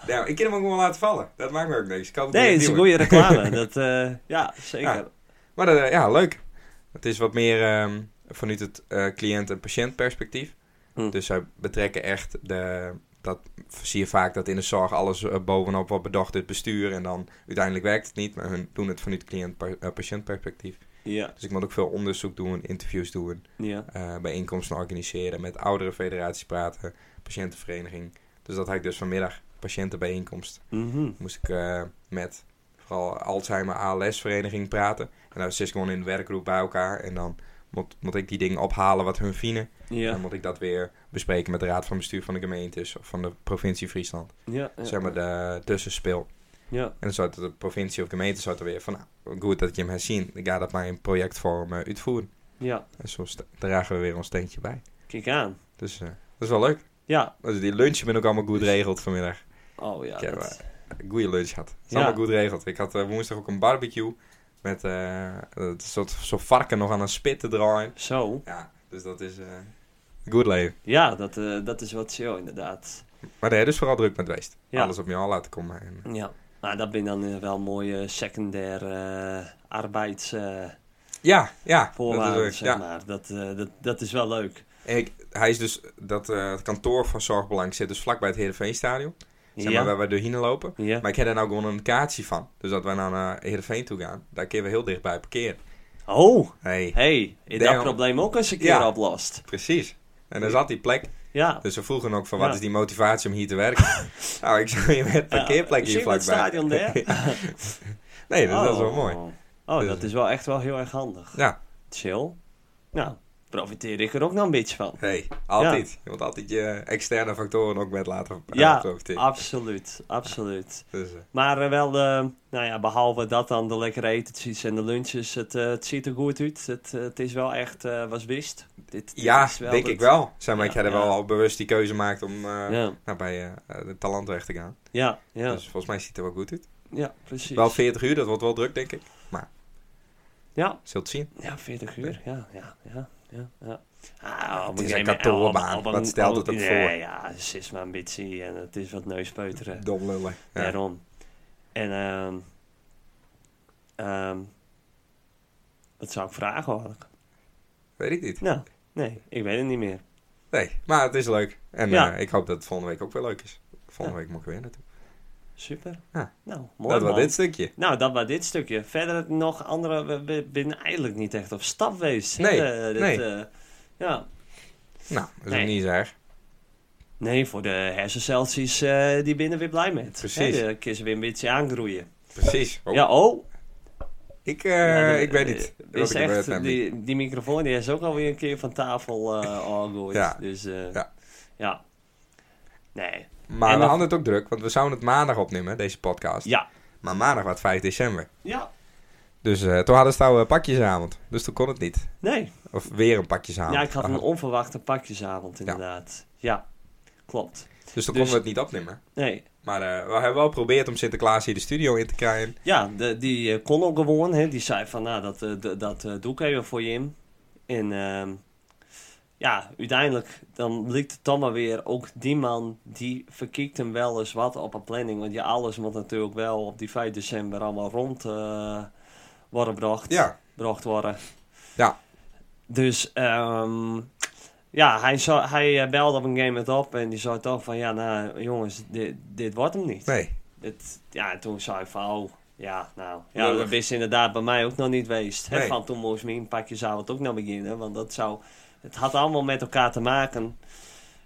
[SPEAKER 1] Nou, ik kan hem ook gewoon laten vallen. Dat maakt me ook niks. Ik kan het
[SPEAKER 2] nee,
[SPEAKER 1] niet
[SPEAKER 2] het is een
[SPEAKER 1] duwen.
[SPEAKER 2] goede
[SPEAKER 1] *laughs*
[SPEAKER 2] reclame. Dat, eh, ja, zeker.
[SPEAKER 1] Ja. Maar dat, eh, ja, leuk. Het is wat meer ehm, vanuit het eh, cliënt- en patiëntperspectief.
[SPEAKER 2] Hm.
[SPEAKER 1] Dus zij betrekken echt de. Dat zie je vaak dat in de zorg alles eh, bovenop wordt bedacht door het bestuur. En dan uiteindelijk werkt het niet. Maar hun doen het vanuit cliënt-patiëntperspectief.
[SPEAKER 2] Ja,
[SPEAKER 1] Dus ik moet ook veel onderzoek doen, interviews doen,
[SPEAKER 2] ja.
[SPEAKER 1] eh, bijeenkomsten organiseren, met oudere federaties praten, patiëntenvereniging. Dus dat had ik dus vanmiddag, patiëntenbijeenkomst
[SPEAKER 2] Mhm.
[SPEAKER 1] moest ik eh, met vooral Alzheimer ALS vereniging praten. En dan zit ik gewoon in de werkgroep bij elkaar. En dan moet, moet ik die dingen ophalen wat hun vinden. En
[SPEAKER 2] Ja,
[SPEAKER 1] dan moet ik dat weer bespreken met de raad van bestuur van de gemeentes of van de provincie Friesland.
[SPEAKER 2] ja.
[SPEAKER 1] Zeg maar de tussenspel.
[SPEAKER 2] Ja,
[SPEAKER 1] En dan zou het de provincie of gemeente zou er weer van, nou, goed dat je hem herzien. Ik ga dat maar in projectvorm eh, uitvoeren.
[SPEAKER 2] ja.
[SPEAKER 1] En zo st- dragen we weer ons steentje bij.
[SPEAKER 2] Kijk aan.
[SPEAKER 1] Dus eh, dat is wel leuk.
[SPEAKER 2] Ja.
[SPEAKER 1] Dus die lunchen ben ook allemaal goed
[SPEAKER 2] Dus
[SPEAKER 1] geregeld vanmiddag.
[SPEAKER 2] Oh ja.
[SPEAKER 1] Ja,
[SPEAKER 2] dat-
[SPEAKER 1] maar- goede lunch had. Het is
[SPEAKER 2] Ja.
[SPEAKER 1] allemaal goed geregeld. Ik had eh, woensdag ook een barbecue met eh, een soort zo'n varken nog aan een spit te draaien.
[SPEAKER 2] Zo.
[SPEAKER 1] Ja, dus dat is eh goed leven.
[SPEAKER 2] Ja, dat, eh, dat is wat chill inderdaad.
[SPEAKER 1] Maar daar dus vooral druk met geweest.
[SPEAKER 2] Ja.
[SPEAKER 1] Alles op je al laten komen. En, eh,
[SPEAKER 2] Ja. Maar dat ben dan eh, wel mooie secundair eh arbeids... eh,
[SPEAKER 1] ja, ja.
[SPEAKER 2] voorwaarden,
[SPEAKER 1] dat is, eh,
[SPEAKER 2] zeg
[SPEAKER 1] ja.
[SPEAKER 2] maar. Dat, eh, dat, dat is wel leuk.
[SPEAKER 1] En ik, hij is dus, dat, eh, het kantoor van Zorgbelang zit dus vlakbij het Heerenveenstadion. Zeg
[SPEAKER 2] ja.
[SPEAKER 1] maar waar we doorheen lopen.
[SPEAKER 2] ja.
[SPEAKER 1] Maar ik heb daar nou gewoon een kaartje van. Dus dat wij nou naar Heerenveen toe gaan, daar kunnen we heel dichtbij parkeren.
[SPEAKER 2] Oh,
[SPEAKER 1] Hey.
[SPEAKER 2] hey, is dat
[SPEAKER 1] Daarom-
[SPEAKER 2] probleem ook eens een keer
[SPEAKER 1] Ja.
[SPEAKER 2] oplost.
[SPEAKER 1] Precies. En daar zat die plek.
[SPEAKER 2] Ja.
[SPEAKER 1] Dus ze vroegen ook van,
[SPEAKER 2] Ja.
[SPEAKER 1] wat is die motivatie om hier te
[SPEAKER 2] *laughs*
[SPEAKER 1] werken? nou, ik zou je met een parkeerplek hier
[SPEAKER 2] Ja, zie je
[SPEAKER 1] vlakbij.
[SPEAKER 2] het
[SPEAKER 1] *laughs*
[SPEAKER 2] stadion daar?
[SPEAKER 1] nee, dat, dat is wel mooi.
[SPEAKER 2] Oh,
[SPEAKER 1] Dus-
[SPEAKER 2] dat is wel echt wel heel erg handig.
[SPEAKER 1] Ja.
[SPEAKER 2] Chill. Nou, profiteer ik er ook nog een beetje van.
[SPEAKER 1] Hey, altijd. Je moet altijd je externe factoren ook met laten eh,
[SPEAKER 2] Ja,
[SPEAKER 1] profiteren.
[SPEAKER 2] absoluut, absoluut.
[SPEAKER 1] Dus, eh,
[SPEAKER 2] Maar eh, wel, eh, nou ja, behalve dat dan de lekkere etentjes en de lunches, het, eh, het ziet er goed uit. Het, eh, het is wel echt, eh was wist. Dit, dit
[SPEAKER 1] ja,
[SPEAKER 2] is
[SPEAKER 1] denk
[SPEAKER 2] dat-
[SPEAKER 1] ik wel. Zeg maar,
[SPEAKER 2] Ja,
[SPEAKER 1] ik heb er
[SPEAKER 2] ja.
[SPEAKER 1] wel al bewust die keuze gemaakt om eh,
[SPEAKER 2] Ja,
[SPEAKER 1] nou, bij eh, de talentrecht te gaan.
[SPEAKER 2] ja, ja,
[SPEAKER 1] Dus volgens mij ziet het er wel goed uit.
[SPEAKER 2] ja precies.
[SPEAKER 1] Wel 40 uur, dat wordt wel druk, denk ik.
[SPEAKER 2] ja,
[SPEAKER 1] Zult zien.
[SPEAKER 2] Ja, 40 uur. Ja, ja, ja. ja, ja. Ah,
[SPEAKER 1] Het is een kantoorbaan. Wat stelt het ook voor?
[SPEAKER 2] Nee, ja, het is maar ambitie en het is wat neuspeuteren.
[SPEAKER 1] Dom lullen. Ja.
[SPEAKER 2] Daarom. En ehm ehm wat zou ik vragen eigenlijk?
[SPEAKER 1] Weet ik niet.
[SPEAKER 2] Nou, nee, ik weet het niet meer.
[SPEAKER 1] Nee, maar het is leuk. En
[SPEAKER 2] Ja.
[SPEAKER 1] eh, ik hoop dat het volgende week ook weer leuk is. Volgende week mag ik weer naartoe.
[SPEAKER 2] Super.
[SPEAKER 1] Ja.
[SPEAKER 2] Nou, mooi
[SPEAKER 1] Dat was
[SPEAKER 2] man.
[SPEAKER 1] dit stukje.
[SPEAKER 2] Nou, dat was dit stukje. Verder nog andere... We, we zijn eigenlijk niet echt op stap geweest. hè,
[SPEAKER 1] Nee,
[SPEAKER 2] eh, dit,
[SPEAKER 1] nee.
[SPEAKER 2] eh, ja.
[SPEAKER 1] Nou, dat is
[SPEAKER 2] Nee.
[SPEAKER 1] ook niet zeg.
[SPEAKER 2] Nee, voor de hersencelsies eh, die binnen weer blij met.
[SPEAKER 1] Precies.
[SPEAKER 2] Hè, de kisten weer een beetje aangroeien.
[SPEAKER 1] Precies. Oh,
[SPEAKER 2] Ja, oh.
[SPEAKER 1] ik, eh,
[SPEAKER 2] Ja, de-
[SPEAKER 1] ik weet niet.
[SPEAKER 2] eh,
[SPEAKER 1] wat
[SPEAKER 2] Is
[SPEAKER 1] ik er gebeurd
[SPEAKER 2] echt,
[SPEAKER 1] heb.
[SPEAKER 2] die, die microfoon die is ook alweer een keer van tafel
[SPEAKER 1] *laughs*
[SPEAKER 2] eh aangegooid.
[SPEAKER 1] Ja.
[SPEAKER 2] Dus eh,
[SPEAKER 1] Ja.
[SPEAKER 2] ja. Nee.
[SPEAKER 1] Maar
[SPEAKER 2] en
[SPEAKER 1] we
[SPEAKER 2] nog-
[SPEAKER 1] hadden het ook druk, want we zouden het maandag opnemen, deze podcast.
[SPEAKER 2] Ja.
[SPEAKER 1] Maar maandag was 5 december.
[SPEAKER 2] Ja.
[SPEAKER 1] Dus eh, toen hadden ze nou eh, pakjesavond. Dus toen kon het niet.
[SPEAKER 2] Nee.
[SPEAKER 1] Of weer een pakjesavond.
[SPEAKER 2] Ja, ik had een onverwachte pakjesavond inderdaad. Ja. Klopt.
[SPEAKER 1] Dus toen
[SPEAKER 2] dus-
[SPEAKER 1] konden we het niet opnemen.
[SPEAKER 2] Nee.
[SPEAKER 1] Maar eh, we hebben wel geprobeerd om Sinterklaas hier de studio in te krijgen.
[SPEAKER 2] Ja, de, die eh, kon ook gewoon. Hè. Die zei van, nou, dat, eh, d- dat eh, doe ik even voor je in. En ehm, ja, uiteindelijk dan bleek het dan maar weer ook die man, die verkiekt hem wel eens wat op een planning. Want ja, alles moet natuurlijk wel op die 5 december allemaal rond eh, worden gebracht.
[SPEAKER 1] Ja,
[SPEAKER 2] Bracht worden.
[SPEAKER 1] Ja.
[SPEAKER 2] Dus ehm, ja, hij, zo, hij eh, belde op een game het op en die zei toch van, ja, nou jongens, dit, dit wordt hem niet.
[SPEAKER 1] nee.
[SPEAKER 2] Het, ja, en toen zei ik van, oh, ja, nou. Ja,
[SPEAKER 1] Lullig.
[SPEAKER 2] dat is inderdaad bij mij ook nog niet geweest. hè
[SPEAKER 1] Nee.
[SPEAKER 2] Van toen moest mijn pakjesavond ook nog beginnen. Want dat zou, het had allemaal met elkaar te maken.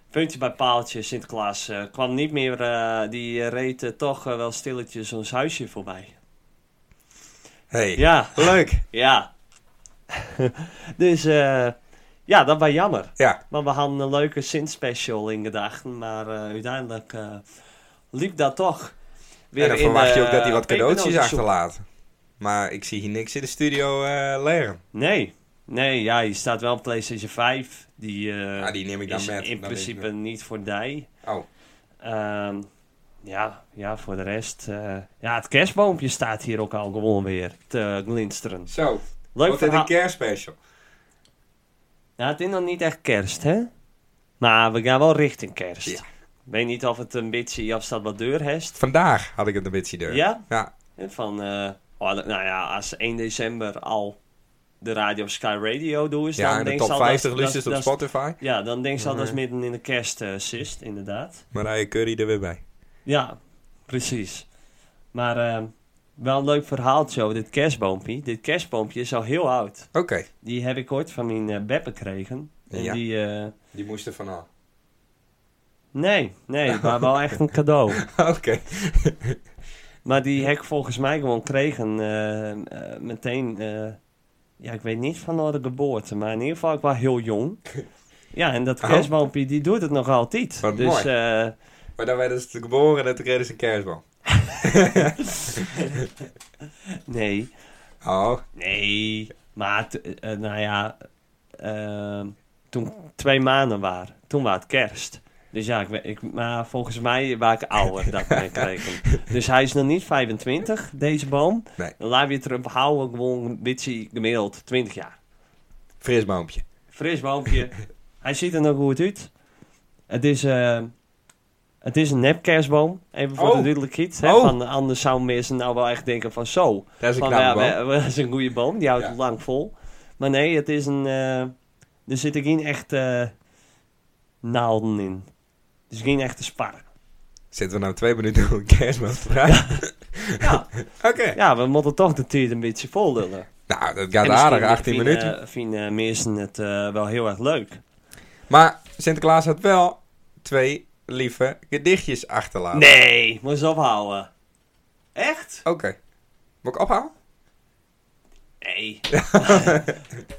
[SPEAKER 2] Puntje bij paaltje, Sinterklaas eh, kwam niet meer. eh, die eh, reed eh, toch eh, wel stilletjes ons huisje voorbij.
[SPEAKER 1] Hey.
[SPEAKER 2] Ja,
[SPEAKER 1] Leuk.
[SPEAKER 2] *laughs* ja. dus eh, ja, dat was jammer.
[SPEAKER 1] Ja,
[SPEAKER 2] Maar we hadden een leuke Sint-special in gedachten. Maar eh, uiteindelijk eh, liep dat toch.
[SPEAKER 1] en dan
[SPEAKER 2] in,
[SPEAKER 1] verwacht je ook
[SPEAKER 2] eh,
[SPEAKER 1] dat hij wat cadeautjes
[SPEAKER 2] pepernotensoep.
[SPEAKER 1] achterlaat. Maar ik zie hier niks in de studio eh leren.
[SPEAKER 2] Nee. Nee, ja, hier staat wel PlayStation 5. Die, eh,
[SPEAKER 1] Ja, Ah, die neem ik dan
[SPEAKER 2] is
[SPEAKER 1] met.
[SPEAKER 2] in
[SPEAKER 1] Dan is-
[SPEAKER 2] principe niet voor die.
[SPEAKER 1] Oh,
[SPEAKER 2] Ehm, ja, ja, voor de rest. eh, ja, het kerstboompje staat hier ook al gewoon weer te glinsteren.
[SPEAKER 1] zo.
[SPEAKER 2] Leuk
[SPEAKER 1] Wordt dit een
[SPEAKER 2] verhaal.
[SPEAKER 1] kerstspecial?
[SPEAKER 2] Ja, het is nog niet echt kerst, hè? Maar we gaan wel richting kerst.
[SPEAKER 1] Ja.
[SPEAKER 2] Ik weet niet of het een beetje of dat wat deur heeft.
[SPEAKER 1] Vandaag had ik het een beetje deur.
[SPEAKER 2] Ja?
[SPEAKER 1] Ja.
[SPEAKER 2] En Van, eh, oh, dat- nou ja, als 1 december al de radio Sky Radio doet, is,
[SPEAKER 1] Ja,
[SPEAKER 2] Dus dan
[SPEAKER 1] in de
[SPEAKER 2] denk
[SPEAKER 1] top
[SPEAKER 2] ze al dat-
[SPEAKER 1] 50
[SPEAKER 2] dat-
[SPEAKER 1] liedjes op
[SPEAKER 2] dat-
[SPEAKER 1] Spotify.
[SPEAKER 2] Ja, dan denk ze al dat is
[SPEAKER 1] Mhm.
[SPEAKER 2] midden in de kerst eh, sist, inderdaad.
[SPEAKER 1] Mariah Curry er weer bij.
[SPEAKER 2] Ja, precies. Maar eh, wel een leuk verhaal, zo, dit kerstboompje. Dit kerstboompje is al heel oud.
[SPEAKER 1] Oké.
[SPEAKER 2] Die heb ik ooit van mijn eh beb gekregen. En
[SPEAKER 1] Ja.
[SPEAKER 2] die, eh,
[SPEAKER 1] Die moest er vanaf.
[SPEAKER 2] nee, nee, maar wel echt een
[SPEAKER 1] *laughs*
[SPEAKER 2] cadeau.
[SPEAKER 1] *laughs* Oké.
[SPEAKER 2] Maar die heb ik volgens mij gewoon gekregen eh, eh, meteen. eh, ja, ik weet niet van de geboorte, maar in ieder geval, ik was heel
[SPEAKER 1] *laughs*
[SPEAKER 2] jong. Ja, en dat
[SPEAKER 1] Oh.
[SPEAKER 2] kerstboompje, die doet het nog altijd.
[SPEAKER 1] Wat
[SPEAKER 2] dus
[SPEAKER 1] mooi.
[SPEAKER 2] eh,
[SPEAKER 1] Maar dan werden ze geboren en toen kregen ze een kerstboom.
[SPEAKER 2] nee,
[SPEAKER 1] Oh,
[SPEAKER 2] nee. Maar t- eh, nou ja, ehm, toen twee maanden waren, toen was het kerst. Dus ja, ik, we- ik, maar volgens mij was ik ouder dat ik
[SPEAKER 1] *laughs*
[SPEAKER 2] kregen. Dus hij is nog niet 25, deze boom.
[SPEAKER 1] Nee.
[SPEAKER 2] Dan laat we het erop houden, gewoon een beetje gemiddeld 20 jaar.
[SPEAKER 1] fris boompje.
[SPEAKER 2] Fris
[SPEAKER 1] *laughs*
[SPEAKER 2] boompje. Hij ziet er nog goed uit. Het is, eh, het is een nep kerstboom. Even voor
[SPEAKER 1] Oh.
[SPEAKER 2] de duidelijkheid. hè,
[SPEAKER 1] Oh.
[SPEAKER 2] Van, anders zou mensen nou wel echt denken van zo.
[SPEAKER 1] Dat is een
[SPEAKER 2] Van,
[SPEAKER 1] knappe boom.
[SPEAKER 2] ja, we- *laughs* we- dat is een goede boom. Die houdt
[SPEAKER 1] Ja.
[SPEAKER 2] het lang vol. Maar nee, het is een... eh, er zitten geen echte eh, naalden in. Er is geen echte spar.
[SPEAKER 1] Zitten we nou twee minuten over een kerstboom te praten?
[SPEAKER 2] *laughs* Ja,
[SPEAKER 1] Oké.
[SPEAKER 2] *laughs* ja, we moeten toch de tijd een beetje vol lullen.
[SPEAKER 1] Nou, dat gaat
[SPEAKER 2] En
[SPEAKER 1] aardig,
[SPEAKER 2] misschien
[SPEAKER 1] 18
[SPEAKER 2] vinden-
[SPEAKER 1] minuten.
[SPEAKER 2] vinden eh, mensen het eh, wel heel erg leuk.
[SPEAKER 1] Maar Sinterklaas had wel twee lieve gedichtjes achterlaten.
[SPEAKER 2] Nee, moet eens ophouden. Echt?
[SPEAKER 1] Oké. Moet ik ophalen? *laughs*
[SPEAKER 2] Nee.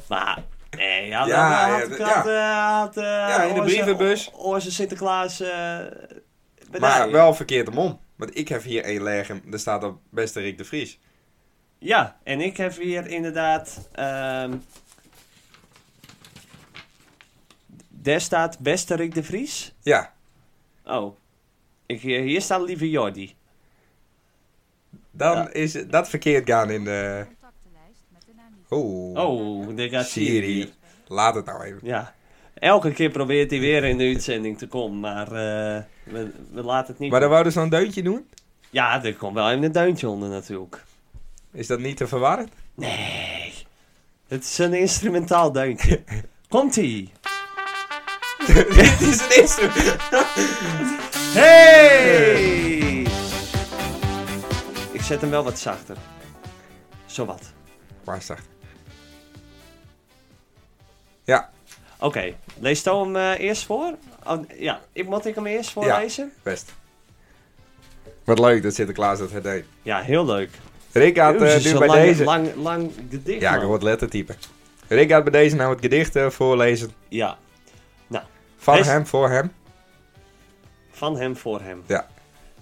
[SPEAKER 2] maar, nee,
[SPEAKER 1] Ja,
[SPEAKER 2] ja, ja, had,
[SPEAKER 1] ja,
[SPEAKER 2] had, had, had, eh,
[SPEAKER 1] Ja, in de
[SPEAKER 2] Orze-
[SPEAKER 1] brievenbus.
[SPEAKER 2] Orze Sinterklaas. eh
[SPEAKER 1] Maar
[SPEAKER 2] benaderd.
[SPEAKER 1] wel verkeerd omom. Want ik heb hier één legem. Er staat op beste Rick de Vries.
[SPEAKER 2] Ja, en ik heb hier inderdaad. ehm daar staat beste Rick de Vries.
[SPEAKER 1] Ja,
[SPEAKER 2] Oh, ik, hier staat lieve Jordi.
[SPEAKER 1] dan
[SPEAKER 2] Ja.
[SPEAKER 1] is dat verkeerd gaan in de... Oh,
[SPEAKER 2] Oh, daar gaat
[SPEAKER 1] Siri.
[SPEAKER 2] Siri.
[SPEAKER 1] laat het nou even.
[SPEAKER 2] Ja. Elke keer probeert hij weer in de uitzending te komen, maar eh, we, we laten het niet.
[SPEAKER 1] Maar dan wou dus zo'n deuntje doen?
[SPEAKER 2] Ja, er komt wel even een duintje onder natuurlijk.
[SPEAKER 1] Is dat niet te verwarren?
[SPEAKER 2] *laughs*
[SPEAKER 1] *laughs*
[SPEAKER 2] Nee. Het is een instrumentaal deuntje. Komt-ie.
[SPEAKER 1] Dit is het eerste. Eh,
[SPEAKER 2] Hey! Ik zet hem wel wat zachter. Zowat.
[SPEAKER 1] Waar is dat? Ja,
[SPEAKER 2] Oké, lees Toon hem eh, eerst voor? Oh, ja, ik, moet ik hem eerst voorlezen? Ja,
[SPEAKER 1] best. Wat leuk dat Sinterklaas dat het deed.
[SPEAKER 2] heel leuk.
[SPEAKER 1] Rick had
[SPEAKER 2] Jezus,
[SPEAKER 1] eh, nu
[SPEAKER 2] zo'n
[SPEAKER 1] bij
[SPEAKER 2] lang,
[SPEAKER 1] deze...
[SPEAKER 2] Lang, lang gedicht,
[SPEAKER 1] Ja, ik
[SPEAKER 2] man.
[SPEAKER 1] hoor het lettertype. Rick had bij deze nou het gedicht eh, voorlezen.
[SPEAKER 2] Ja,
[SPEAKER 1] Van
[SPEAKER 2] Best-
[SPEAKER 1] hem, voor hem.
[SPEAKER 2] Van hem voor hem.
[SPEAKER 1] Ja.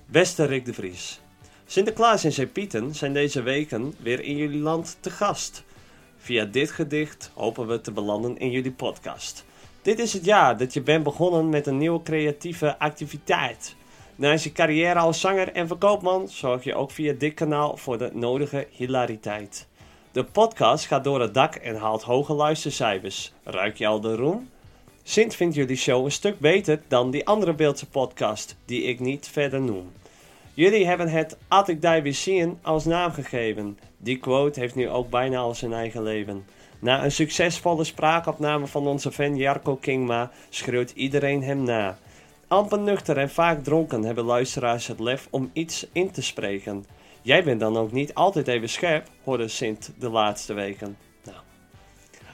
[SPEAKER 2] Beste Rick de Vries. Sinterklaas en zijn pieten zijn deze weken weer in jullie land te gast. Via dit gedicht hopen we te belanden in jullie podcast. Dit is het jaar dat je bent begonnen met een nieuwe creatieve activiteit. Naast je carrière als zanger en verkoopman zorg je ook via dit kanaal voor de nodige hilariteit. De podcast gaat door het dak en haalt hoge luistercijfers. Ruik je al de roem? Sint vindt jullie show een stuk beter dan die andere Beeldse podcast, die ik niet verder noem. Jullie hebben het At ik die weer zien als naam gegeven. Die quote heeft nu ook bijna al zijn eigen leven. Na een succesvolle spraakopname van onze fan Jarko Kingma schreeuwt iedereen hem na. Amper nuchter en vaak dronken hebben luisteraars het lef om iets in te spreken. Jij bent dan ook niet altijd even scherp, hoorde Sint de laatste weken. Nou.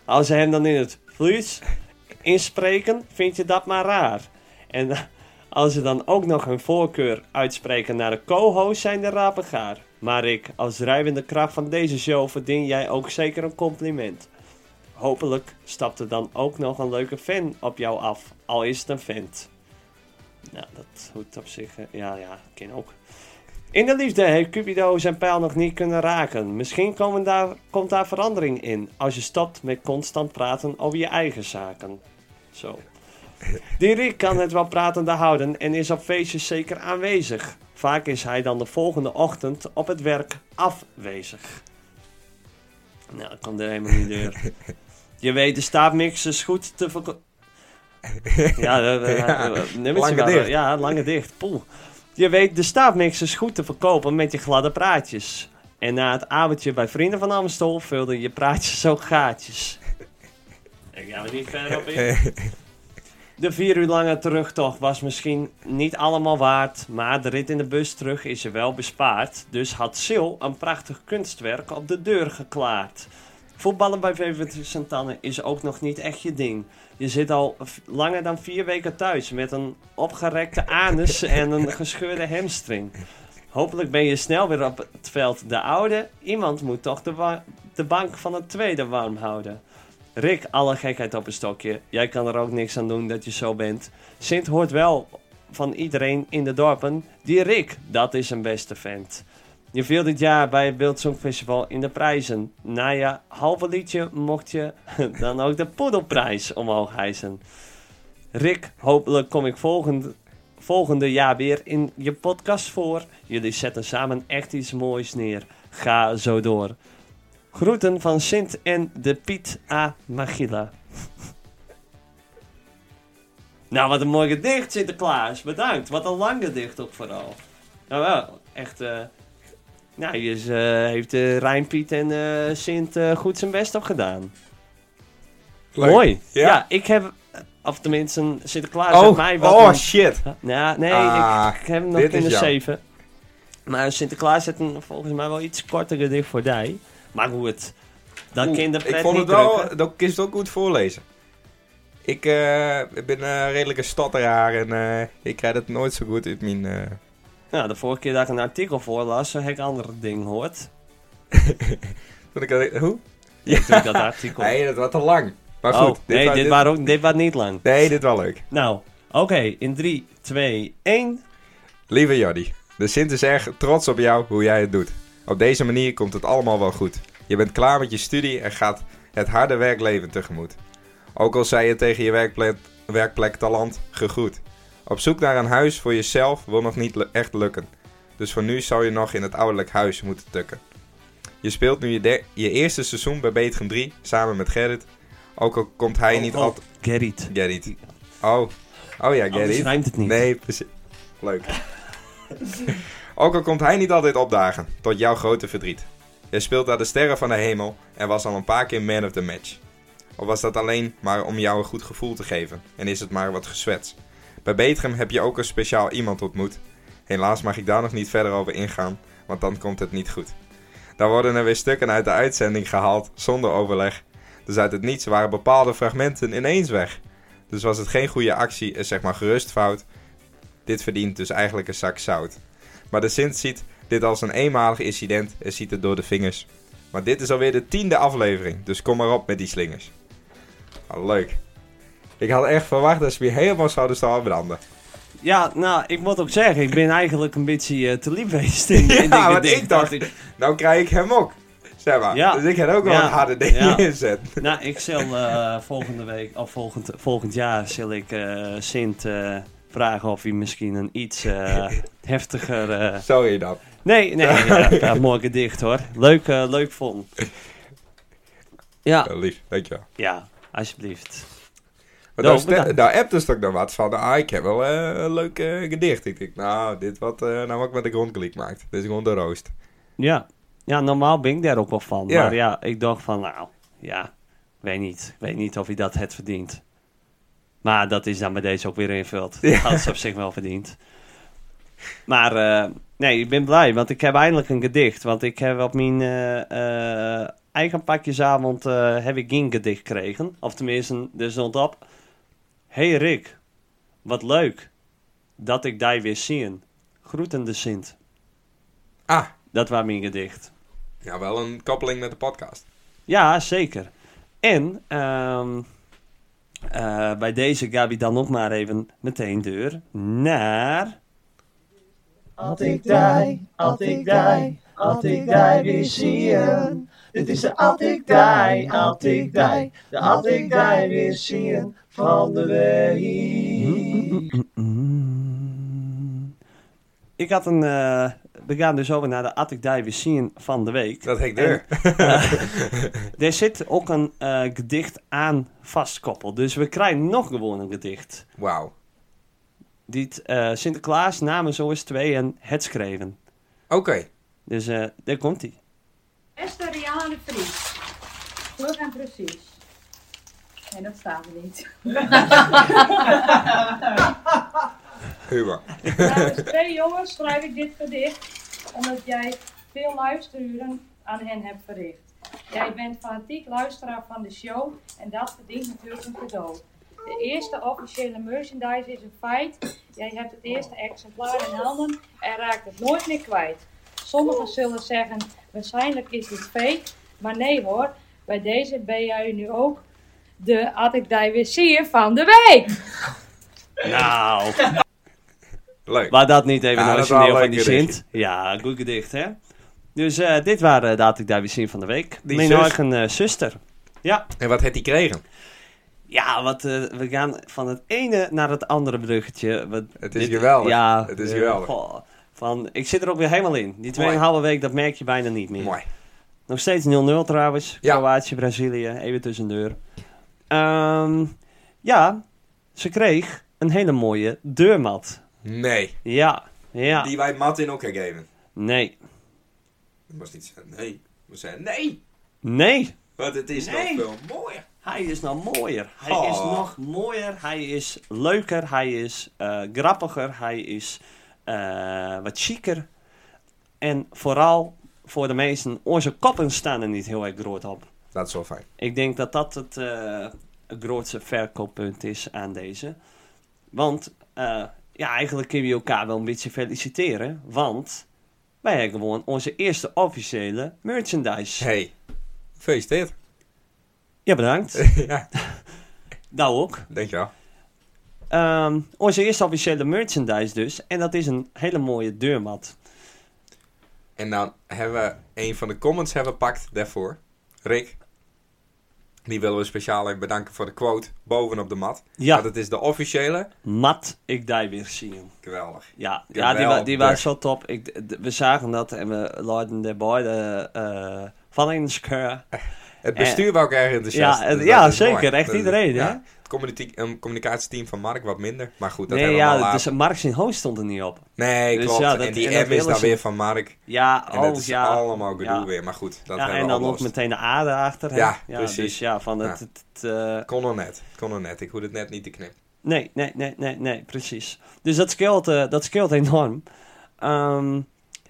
[SPEAKER 2] Als ze hem dan in het vlies inspreken, vind je dat maar raar. En als ze dan ook nog hun voorkeur uitspreken naar de co-host, zijn de rapen gaar. Maar ik, als drijvende kracht van deze show, verdien jij ook zeker een compliment. Hopelijk stapt er dan ook nog een leuke fan op jou af, al is het een vent. Nou, dat hoeft op zich. eh, Ja, ja, ken ook. In de liefde heeft Cupido zijn pijl nog niet kunnen raken. Misschien komen daar, komt daar verandering in als je stopt met constant praten over je eigen zaken. Zo. Die Rick kan het wel pratende houden en is op feestjes zeker aanwezig. Vaak is hij dan de volgende ochtend op het werk afwezig. Nou, dat komt er helemaal niet door.
[SPEAKER 1] *laughs*
[SPEAKER 2] Je weet de staafmixers goed te verko...
[SPEAKER 1] *laughs*
[SPEAKER 2] Ja, eh, eh,
[SPEAKER 1] Ja,
[SPEAKER 2] eh, nummertje
[SPEAKER 1] lange
[SPEAKER 2] wel,
[SPEAKER 1] dicht.
[SPEAKER 2] Ja, lange dicht. Poeh. Je weet de staafmixers goed te verkopen met je gladde praatjes. En na het avondje bij Vrienden van Amstel vulden je praatjes ook
[SPEAKER 1] *laughs*
[SPEAKER 2] gaatjes. Ik ga er niet verder op in. De vier uur lange terugtocht was misschien niet allemaal waard, maar de rit in de bus terug is er wel bespaard. Dus had Sil een prachtig kunstwerk op de deur geklaard. Voetballen bij VV Santanne is ook nog niet echt je ding. Je zit al v- langer dan vier weken thuis met een opgerekte anus en een gescheurde hamstring. Hopelijk ben je snel weer op het veld de oude. Iemand moet toch de, wa- de bank van het tweede warm houden. Rick, alle gekheid op een stokje. Jij kan er ook niks aan doen dat je zo bent. Sint hoort wel van iedereen in de dorpen. Die Rick, dat is een beste vent. Je viel dit jaar bij het Beeld Songfestival in de prijzen. Na je halve liedje mocht je *laughs* dan ook de Poedelprijs omhoog hijsen. Rick, hopelijk kom ik volgend, volgende jaar weer in je podcast voor. Jullie zetten samen echt iets moois neer. Ga zo door. Groeten van Sint en de Piet A. Magilla. *laughs* Nou, wat een mooi gedicht, Sinterklaas. Bedankt. Wat een lang gedicht ook vooral. Nou wel, echt... eh, nou, hier is, eh, heeft eh Rijn, Piet en eh, Sint eh, goed zijn best op gedaan.
[SPEAKER 1] Leuk.
[SPEAKER 2] Mooi. Ja.
[SPEAKER 1] Ja.
[SPEAKER 2] ik heb... Of tenminste, Sinterklaas heeft
[SPEAKER 1] Oh,
[SPEAKER 2] mij wat...
[SPEAKER 1] oh
[SPEAKER 2] een-
[SPEAKER 1] shit.
[SPEAKER 2] nou, nee,
[SPEAKER 1] Ah,
[SPEAKER 2] ik, ik heb hem nog
[SPEAKER 1] dit
[SPEAKER 2] in
[SPEAKER 1] is
[SPEAKER 2] de
[SPEAKER 1] jammer.
[SPEAKER 2] 7. Maar Sinterklaas zet een, volgens mij wel iets korter gedicht voor die. Maar hoe het. Dan
[SPEAKER 1] Oeh,
[SPEAKER 2] kan de pret
[SPEAKER 1] Ik vond
[SPEAKER 2] niet
[SPEAKER 1] het wel,
[SPEAKER 2] drukken.
[SPEAKER 1] dat ik het ook goed voorlezen. Ik eh, ik ben eh, redelijk een stotteraar en eh, ik krijg het nooit zo goed uit mijn... eh,
[SPEAKER 2] Nou, de vorige keer dat ik een artikel voorlas, heb ik een ander ding hoort.
[SPEAKER 1] toen ik dat- hoe?
[SPEAKER 2] Ja. Toen ik dat artikel.
[SPEAKER 1] Nee, dat was te lang. Maar goed.
[SPEAKER 2] oh, nee,
[SPEAKER 1] wa-
[SPEAKER 2] dit, waren ook, dit was niet lang.
[SPEAKER 1] Nee, dit was leuk.
[SPEAKER 2] Nou, oké, in 3, 2, 1.
[SPEAKER 1] Lieve Jody, de Sint is erg trots op jou hoe jij het doet. Op deze manier komt het allemaal wel goed. Je bent klaar met je studie en gaat het harde werkleven tegemoet. Ook al zei je tegen je werkplek, werkplek talent gegroet. Op zoek naar een huis voor jezelf wil nog niet lu- echt lukken. Dus voor nu zou je nog in het ouderlijk huis moeten tukken. Je speelt nu je, de- je eerste seizoen bij Beetgen 3 samen met Gerrit. Ook al komt hij
[SPEAKER 2] Oh,
[SPEAKER 1] niet
[SPEAKER 2] oh,
[SPEAKER 1] altijd...
[SPEAKER 2] Gerrit.
[SPEAKER 1] Gerrit. Oh. Oh ja,
[SPEAKER 2] Anders
[SPEAKER 1] Gerrit.
[SPEAKER 2] rijmt het niet.
[SPEAKER 1] Nee, precies. Leuk. *laughs* Ook al komt hij niet altijd opdagen, tot jouw grote verdriet. Jij speelt naar de sterren van de hemel en was al een paar keer man of the match. Of was dat alleen maar om jou een goed gevoel te geven en is het maar wat geswets? Bij Betrum heb je ook een speciaal iemand ontmoet. Helaas mag ik daar nog niet verder over ingaan, want dan komt het niet goed. Dan worden er weer stukken uit de uitzending gehaald zonder overleg. Dus uit het niets waren bepaalde fragmenten ineens weg. Dus was het geen goede actie en zeg maar gerust fout. Dit verdient dus eigenlijk een zak zout. Maar de Sint ziet dit als een eenmalig incident en ziet het door de vingers. Maar dit is alweer de tiende aflevering, dus kom maar op met die slingers. Ah, leuk. Ik had echt verwacht dat ze weer helemaal zouden staan branden.
[SPEAKER 2] Ja, nou, ik moet ook zeggen, ik ben eigenlijk een beetje eh, te lief geweest. in- in
[SPEAKER 1] *laughs* Ja,
[SPEAKER 2] dit gedicht.
[SPEAKER 1] want ik dacht- Nou krijg ik hem ook. Zeg maar.
[SPEAKER 2] Ja.
[SPEAKER 1] Dus ik heb ook wel
[SPEAKER 2] Ja.
[SPEAKER 1] een harde ding
[SPEAKER 2] Ja.
[SPEAKER 1] inzet.
[SPEAKER 2] Nou, ik zal eh, volgende week, of volgend, volgend jaar, zal ik eh, Sint eh, vragen of hij misschien een iets eh, heftiger... eh,
[SPEAKER 1] Sorry dan.
[SPEAKER 2] Nee, nee, eh, ja, ja, mooi gedicht hoor. Leuk, eh, leuk vond. Ja,
[SPEAKER 1] Eh, lief, dankjewel.
[SPEAKER 2] ja, alsjeblieft.
[SPEAKER 1] Maar
[SPEAKER 2] Nou,
[SPEAKER 1] daar, ste-
[SPEAKER 2] bedankt.
[SPEAKER 1] daar appte ze ook dan wat van. Ah, ik heb wel eh, een leuk eh, gedicht. Ik denk, nou, dit wat, eh, nou wat ik met de grondkliek maakt. Dit is gewoon de roost.
[SPEAKER 2] Ja. ja, normaal ben ik daar ook wel van.
[SPEAKER 1] Ja.
[SPEAKER 2] Maar ja, ik dacht van, nou, ja, ik weet niet. Ik weet niet of hij dat het verdient. Maar dat is dan bij deze ook weer invuld. Dat had ze op zich wel verdiend. Maar eh, nee, ik ben blij, want ik heb eindelijk een gedicht. Want ik heb op mijn eh, eh, eigen pakjesavond eh, heb ik geen gedicht gekregen. Of tenminste, er stond op... Hey Rick, wat leuk dat ik die weer zie. Groetende Sint.
[SPEAKER 1] Ah,
[SPEAKER 2] Dat was mijn gedicht.
[SPEAKER 1] ja, wel een koppeling met de podcast.
[SPEAKER 2] Ja, zeker. En ehm, eh, bij deze Gabi dan nog maar even meteen deur naar...
[SPEAKER 3] At ik die, at ik die, at ik die weer zien. Dit is de at ik die, at ik die, de at ik die weer zien van de week.
[SPEAKER 2] mm, Ik had een... eh, we gaan dus over naar de Attic Die We Zien van de week.
[SPEAKER 1] Dat heet
[SPEAKER 2] En-
[SPEAKER 1] deur.
[SPEAKER 2] Er zit ook een eh, gedicht aan vastkoppeld. Dus we krijgen nog gewoon een gedicht.
[SPEAKER 1] *laughs* Wauw.
[SPEAKER 2] Die eh, Sinterklaas namens OS2 en het schreven.
[SPEAKER 1] Oké.
[SPEAKER 2] Dus eh, daar komt hij.
[SPEAKER 4] Esther Rianne de Vries. Vlug en precies. Nee, dat staat er niet.
[SPEAKER 1] Humor.
[SPEAKER 4] Namens twee jongens schrijf ik dit gedicht omdat jij veel luisteruren aan hen hebt verricht. Jij bent fanatiek luisteraar van de show en dat verdient natuurlijk een cadeau. De eerste officiële merchandise is een feit. Jij hebt het eerste exemplaar in handen en raakt het nooit meer kwijt. Sommigen zullen zeggen, waarschijnlijk is dit fake. Maar nee hoor, bij deze ben jij nu ook de Had ik die weer zie je van de week.
[SPEAKER 2] Nou...
[SPEAKER 1] Leuk.
[SPEAKER 2] Maar dat niet even
[SPEAKER 1] Ja,
[SPEAKER 2] een
[SPEAKER 1] dat is wel een
[SPEAKER 2] origineel
[SPEAKER 1] leuk
[SPEAKER 2] van die
[SPEAKER 1] gedichtje.
[SPEAKER 2] Sint. Ja, goed gedicht, hè? Dus eh, dit waren de had ik daar weer zien van de week.
[SPEAKER 1] Die
[SPEAKER 2] Mijn
[SPEAKER 1] zus.
[SPEAKER 2] eigen eh, zuster. Ja,
[SPEAKER 1] En wat heeft hij kregen?
[SPEAKER 2] ja wat, eh, we gaan van het ene naar het andere bruggetje. Wat-
[SPEAKER 1] Het is geweldig.
[SPEAKER 2] Ja,
[SPEAKER 1] Het is
[SPEAKER 2] eh,
[SPEAKER 1] geweldig.
[SPEAKER 2] goh, van, ik zit er ook weer helemaal in. Die
[SPEAKER 1] Mooi.
[SPEAKER 2] tweeënhalve week, dat merk je bijna niet meer.
[SPEAKER 1] Mooi.
[SPEAKER 2] Nog steeds 0-0 trouwens.
[SPEAKER 1] Ja.
[SPEAKER 2] Kroatië, Brazilië, even tussendoor. Ehm ja, ze kreeg een hele mooie deurmat.
[SPEAKER 1] Nee.
[SPEAKER 2] Ja, ja.
[SPEAKER 1] Die wij Matt in elkaar geven.
[SPEAKER 2] Nee.
[SPEAKER 1] Dat was niet zeggen nee. We zeiden nee.
[SPEAKER 2] Nee.
[SPEAKER 1] Want het is
[SPEAKER 2] Nee.
[SPEAKER 1] nog veel mooier.
[SPEAKER 2] Hij is nou mooier. Hij
[SPEAKER 1] Oh.
[SPEAKER 2] is nog mooier. Hij is leuker. Hij is eh, grappiger. Hij is eh, wat chiquer. En vooral voor de meesten, onze koppen staan er niet heel erg groot op.
[SPEAKER 1] Dat is wel fijn.
[SPEAKER 2] Ik denk dat dat het eh, grootste verkooppunt is aan deze. Want eh, ja, eigenlijk kun je elkaar wel een beetje feliciteren. Want wij hebben gewoon onze eerste officiële merchandise.
[SPEAKER 1] Hey. *laughs* Gefeliciteerd.
[SPEAKER 2] Ja, bedankt.
[SPEAKER 1] *laughs* ja.
[SPEAKER 2] nou ook.
[SPEAKER 1] Dankjewel.
[SPEAKER 2] Ehm, onze eerste officiële merchandise dus. En dat is een hele mooie deurmat.
[SPEAKER 1] En dan hebben we een van de comments hebben we pakt daarvoor. Rick. Die willen we speciaal even bedanken voor de quote bovenop de mat.
[SPEAKER 2] Ja.
[SPEAKER 1] Want het is de officiële.
[SPEAKER 2] Mat, ik die weer zien.
[SPEAKER 1] Geweldig.
[SPEAKER 2] Ja, ja die, wa
[SPEAKER 1] Geweldig.
[SPEAKER 2] die was zo top. Ik, d- we zagen dat en we laden daarbij de eh, van in de skeur.
[SPEAKER 1] Het bestuur wou ik erg enthousiast.
[SPEAKER 2] Ja, het-
[SPEAKER 1] Dus dat
[SPEAKER 2] ja,
[SPEAKER 1] is mooi.
[SPEAKER 2] zeker. Echt
[SPEAKER 1] Dat-
[SPEAKER 2] iedereen, hè?
[SPEAKER 1] ja. Het communitie- een communicatieteam van Mark wat minder. Maar goed, dat
[SPEAKER 2] nee,
[SPEAKER 1] hebben we al
[SPEAKER 2] ja,
[SPEAKER 1] later.
[SPEAKER 2] dus Mark zijn hoofd stond er niet op.
[SPEAKER 1] Nee,
[SPEAKER 2] dus
[SPEAKER 1] klopt.
[SPEAKER 2] ja, dat-
[SPEAKER 1] en die
[SPEAKER 2] en dat
[SPEAKER 1] M is
[SPEAKER 2] willen
[SPEAKER 1] dan
[SPEAKER 2] ze-
[SPEAKER 1] weer van Mark.
[SPEAKER 2] Ja,
[SPEAKER 1] En
[SPEAKER 2] oh,
[SPEAKER 1] dat is
[SPEAKER 2] ja.
[SPEAKER 1] allemaal gedoe
[SPEAKER 2] ja.
[SPEAKER 1] weer. Maar goed, dat
[SPEAKER 2] ja,
[SPEAKER 1] hebben
[SPEAKER 2] en
[SPEAKER 1] we
[SPEAKER 2] dan ook
[SPEAKER 1] opgelost.
[SPEAKER 2] meteen de aarde achter. hè?
[SPEAKER 1] Ja, precies.
[SPEAKER 2] Dus ja, van het...
[SPEAKER 1] Ja.
[SPEAKER 2] het- het, eh,
[SPEAKER 1] Kon nog net. Kon nog net. Ik hoef het net niet te knippen.
[SPEAKER 2] nee, nee, nee, nee, nee, precies. Dus dat scheelt, eh, dat scheelt enorm. Ehm,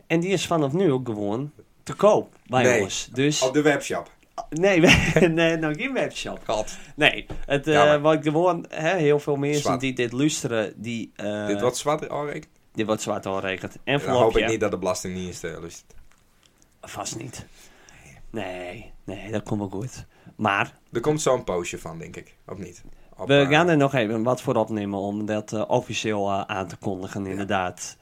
[SPEAKER 2] en die is vanaf nu ook gewoon te koop bij
[SPEAKER 1] Nee. Oh,
[SPEAKER 2] ons. Dus,
[SPEAKER 1] Op de webshop.
[SPEAKER 2] nee, *laughs* we- nee, nou geen webshop.
[SPEAKER 1] God.
[SPEAKER 2] Nee, het, eh,
[SPEAKER 1] Jammer.
[SPEAKER 2] wat gewoon hè, heel veel mensen
[SPEAKER 1] Zwart.
[SPEAKER 2] die dit luisteren, die... eh,
[SPEAKER 1] Dit wordt zwart. Oh, ik
[SPEAKER 2] dit wordt zwart onregend.
[SPEAKER 1] dan hoop
[SPEAKER 2] Envelopje,
[SPEAKER 1] ik niet dat de Belastingdienst eh, luistert.
[SPEAKER 2] vast niet. Nee, nee, dat komt wel goed. Maar
[SPEAKER 1] Er komt zo'n postje van, denk ik. Of niet? Op,
[SPEAKER 2] We
[SPEAKER 1] eh,
[SPEAKER 2] gaan er nog even wat voor opnemen om dat eh, officieel eh, aan te kondigen, inderdaad.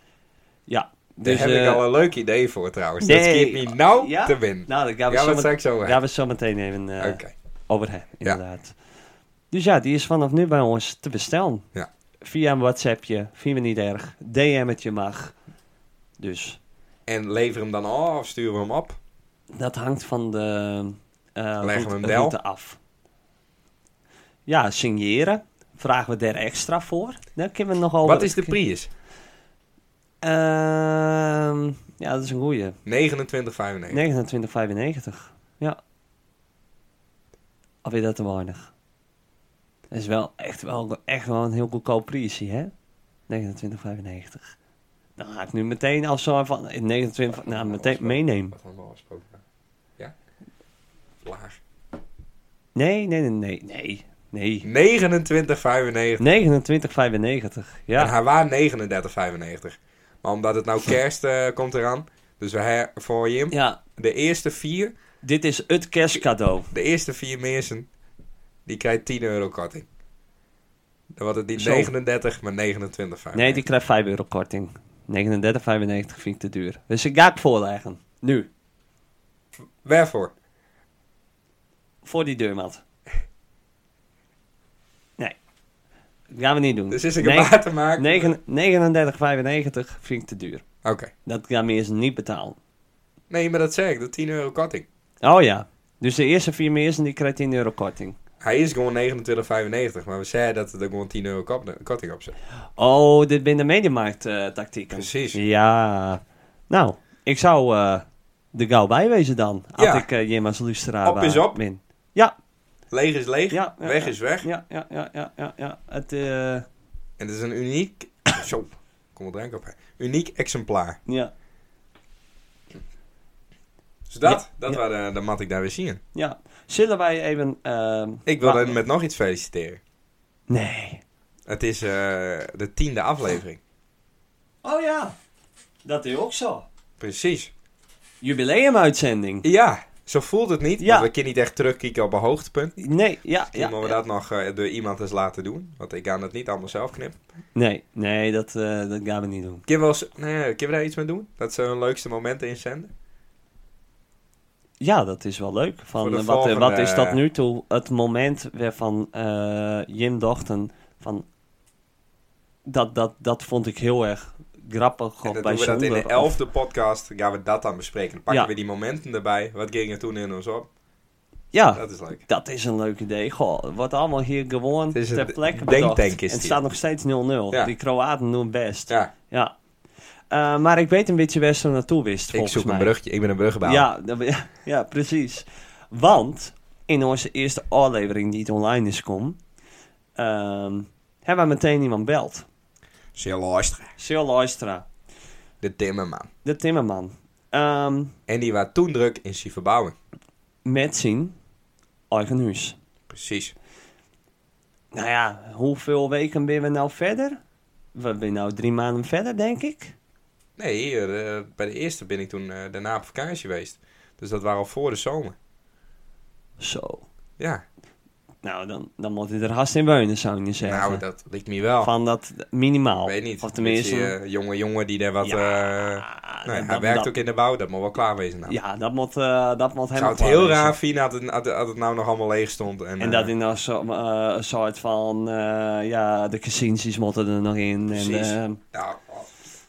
[SPEAKER 2] Ja.
[SPEAKER 1] Daar heb ik
[SPEAKER 2] eh,
[SPEAKER 1] al een leuk idee voor trouwens. Dat
[SPEAKER 2] nee.
[SPEAKER 1] skipt me nou
[SPEAKER 2] Ja?
[SPEAKER 1] te win.
[SPEAKER 2] Nou, daar gaan we,
[SPEAKER 1] Ja,
[SPEAKER 2] zo,
[SPEAKER 1] dat
[SPEAKER 2] met,
[SPEAKER 1] zeg ik zo.
[SPEAKER 2] daar
[SPEAKER 1] hè.
[SPEAKER 2] gaan we zo meteen even eh,
[SPEAKER 1] Oké.
[SPEAKER 2] over hebben, inderdaad. Dus ja, die is vanaf nu bij ons te bestellen.
[SPEAKER 1] Ja.
[SPEAKER 2] Via een WhatsAppje, vinden we niet erg. DM'tje mag. Dus
[SPEAKER 1] En lever hem dan af of sturen we hem op?
[SPEAKER 2] dat hangt van de eh
[SPEAKER 1] we
[SPEAKER 2] route,
[SPEAKER 1] hem wel?
[SPEAKER 2] route af. Ja, signeren. Vragen we daar extra voor? Daar kunnen we nog over.
[SPEAKER 1] Wat is de Prius?
[SPEAKER 2] Ehm, ja, dat is een goeie.
[SPEAKER 1] 29,95.
[SPEAKER 2] 29,95. Ja. Alweer dat te weinig. Dat is wel echt wel, echt wel een heel goedkoop prijsje, hè? 29,95. Dan ga ik nu meteen als zo van eh, 29, nou, meteen meenemen.
[SPEAKER 1] Wat hadden we afgesproken? Ja? Laag.
[SPEAKER 2] Nee, nee, nee, nee, nee.
[SPEAKER 1] 29,95.
[SPEAKER 2] nee. 29,95.
[SPEAKER 1] En
[SPEAKER 2] Ja.
[SPEAKER 1] haar waar 39,95. Maar omdat het nou kerst eh, komt eraan. Dus we hebben voor Jim
[SPEAKER 2] Ja,
[SPEAKER 1] de eerste vier.
[SPEAKER 2] dit is het kerstcadeau.
[SPEAKER 1] De eerste vier mensen. Die krijgt 10 euro korting. Dan wordt het niet
[SPEAKER 2] Zo.
[SPEAKER 1] 39, maar 29,95.
[SPEAKER 2] Nee, die krijgt 5 euro korting. 39,95 vind ik te duur. Dus ik ga het voorleggen. Nu.
[SPEAKER 1] Waarvoor?
[SPEAKER 2] Voor die deurmat. Nee. Dat gaan we niet doen.
[SPEAKER 1] Dus is er
[SPEAKER 2] Nee,
[SPEAKER 1] gebaar te maken?
[SPEAKER 2] negen- 39,95 vind ik te duur.
[SPEAKER 1] Oké.
[SPEAKER 2] Dat gaan we eerst niet betalen.
[SPEAKER 1] Nee, maar dat zeg ik. De 10 euro korting.
[SPEAKER 2] Oh ja. Dus de eerste vier meersen die krijgt 10 euro korting.
[SPEAKER 1] Hij is gewoon 29,95. Maar we zeiden dat het er gewoon 10 euro kop- korting op zit.
[SPEAKER 2] Oh, dit binnen mediamarkt eh tactieken.
[SPEAKER 1] Precies.
[SPEAKER 2] Ja. Nou, ik zou eh de gauw bijwezen dan. Had
[SPEAKER 1] Ja.
[SPEAKER 2] ik eh Jim als luisteraar
[SPEAKER 1] Op is
[SPEAKER 2] eh,
[SPEAKER 1] op.
[SPEAKER 2] Win. Ja.
[SPEAKER 1] Leeg is leeg.
[SPEAKER 2] Ja, ja,
[SPEAKER 1] weg
[SPEAKER 2] ja.
[SPEAKER 1] is weg.
[SPEAKER 2] Ja, ja, ja, ja, ja. ja. Het, eh,
[SPEAKER 1] En het is een uniek... *coughs* Zo, kom er drank op. hè. Uniek exemplaar.
[SPEAKER 2] ja.
[SPEAKER 1] Dus dat,
[SPEAKER 2] Ja,
[SPEAKER 1] dat
[SPEAKER 2] ja.
[SPEAKER 1] waren de, de mat ik daar weer zien.
[SPEAKER 2] Ja, zullen wij even... ehm,
[SPEAKER 1] Ik wil
[SPEAKER 2] wacht-
[SPEAKER 1] hen met nog iets feliciteren.
[SPEAKER 2] Nee.
[SPEAKER 1] Het is eh, de tiende aflevering.
[SPEAKER 2] Oh ja, dat is ook zo.
[SPEAKER 1] Precies.
[SPEAKER 2] Jubileumuitzending.
[SPEAKER 1] Ja, zo voelt het niet.
[SPEAKER 2] Ja.
[SPEAKER 1] Want we kunnen niet echt terugkijken op een hoogtepunt.
[SPEAKER 2] Nee, ja,
[SPEAKER 1] Ja, maar we
[SPEAKER 2] ja.
[SPEAKER 1] dat nog eh, door iemand eens laten doen. Want ik ga het niet allemaal zelf knippen.
[SPEAKER 2] Nee, nee, dat, eh, dat gaan we niet doen.
[SPEAKER 1] Kunnen we, als- nee, kunnen we daar iets mee doen? Dat ze hun leukste momenten inzenden?
[SPEAKER 2] Ja, dat is wel leuk. Van,
[SPEAKER 1] Voor de
[SPEAKER 2] eh, wat, eh,
[SPEAKER 1] volgende-
[SPEAKER 2] wat is tot nu toe het moment waarvan eh, Jim Dochten van... Dat, dat, dat vond ik heel erg grappig.
[SPEAKER 1] En
[SPEAKER 2] of
[SPEAKER 1] dan
[SPEAKER 2] bij
[SPEAKER 1] doen we dat in de
[SPEAKER 2] Zonder, of-
[SPEAKER 1] elfde podcast. Gaan we dat dan bespreken. Dan pakken
[SPEAKER 2] Ja.
[SPEAKER 1] we die momenten erbij. Wat ging er toen in ons op?
[SPEAKER 2] Ja,
[SPEAKER 1] Dat is leuk.
[SPEAKER 2] dat is een leuk idee. Goh, het wordt allemaal hier gewoon
[SPEAKER 1] Het is een
[SPEAKER 2] ter plekke
[SPEAKER 1] denktank
[SPEAKER 2] bedacht.
[SPEAKER 1] is
[SPEAKER 2] en het
[SPEAKER 1] dit.
[SPEAKER 2] staat nog steeds 0-0.
[SPEAKER 1] Ja.
[SPEAKER 2] Die Kroaten doen best.
[SPEAKER 1] Ja,
[SPEAKER 2] Ja. Eh, maar ik weet een beetje waar ze naartoe wist,
[SPEAKER 1] ik
[SPEAKER 2] volgens
[SPEAKER 1] zoek
[SPEAKER 2] mij.
[SPEAKER 1] een brugje. Ik ben een bruggebouwer.
[SPEAKER 2] Ja, dat ben- *laughs* ja, ja, precies. Want in onze eerste aflevering die het online is kom, ehm, hebben we meteen iemand belt.
[SPEAKER 1] Ze luisteren.
[SPEAKER 2] Sil Oistra,
[SPEAKER 1] De timmerman.
[SPEAKER 2] de timmerman. Ehm,
[SPEAKER 1] En die waren toen druk in zijn verbouwing.
[SPEAKER 2] met zijn eigen huis.
[SPEAKER 1] Precies.
[SPEAKER 2] Nou ja, hoeveel weken ben we nou verder? We zijn nou drie maanden verder, denk ik.
[SPEAKER 1] Nee, eh, eh, bij de eerste ben ik toen eh, daarna op vakantie geweest. Dus dat waren al voor de zomer.
[SPEAKER 2] Zo.
[SPEAKER 1] Ja,
[SPEAKER 2] Nou, dan, dan moet hij er haast in wonen, zou je zeggen.
[SPEAKER 1] nou, dat ligt me wel.
[SPEAKER 2] Van dat minimaal.
[SPEAKER 1] Ik weet niet.
[SPEAKER 2] Of tenminste...
[SPEAKER 1] Beetje, eh, jonge jongen die daar wat...
[SPEAKER 2] Ja,
[SPEAKER 1] eh,
[SPEAKER 2] Ah,
[SPEAKER 1] nou ja,
[SPEAKER 2] dat-
[SPEAKER 1] hij
[SPEAKER 2] dat-
[SPEAKER 1] werkt
[SPEAKER 2] dat-
[SPEAKER 1] ook in de bouw, dat moet wel klaar wezen. Nou.
[SPEAKER 2] Ja, dat moet, eh dat moet
[SPEAKER 1] Ik
[SPEAKER 2] helemaal
[SPEAKER 1] zou het heel
[SPEAKER 2] klaar
[SPEAKER 1] raar
[SPEAKER 2] zijn.
[SPEAKER 1] vinden had het, had, had het nou nog allemaal leeg stond. En,
[SPEAKER 2] En
[SPEAKER 1] eh,
[SPEAKER 2] dat in een zo- eh, een soort van, eh, ja, de casinsies moeten er nog in. En,
[SPEAKER 1] Precies.
[SPEAKER 2] eh,
[SPEAKER 1] nou, oh,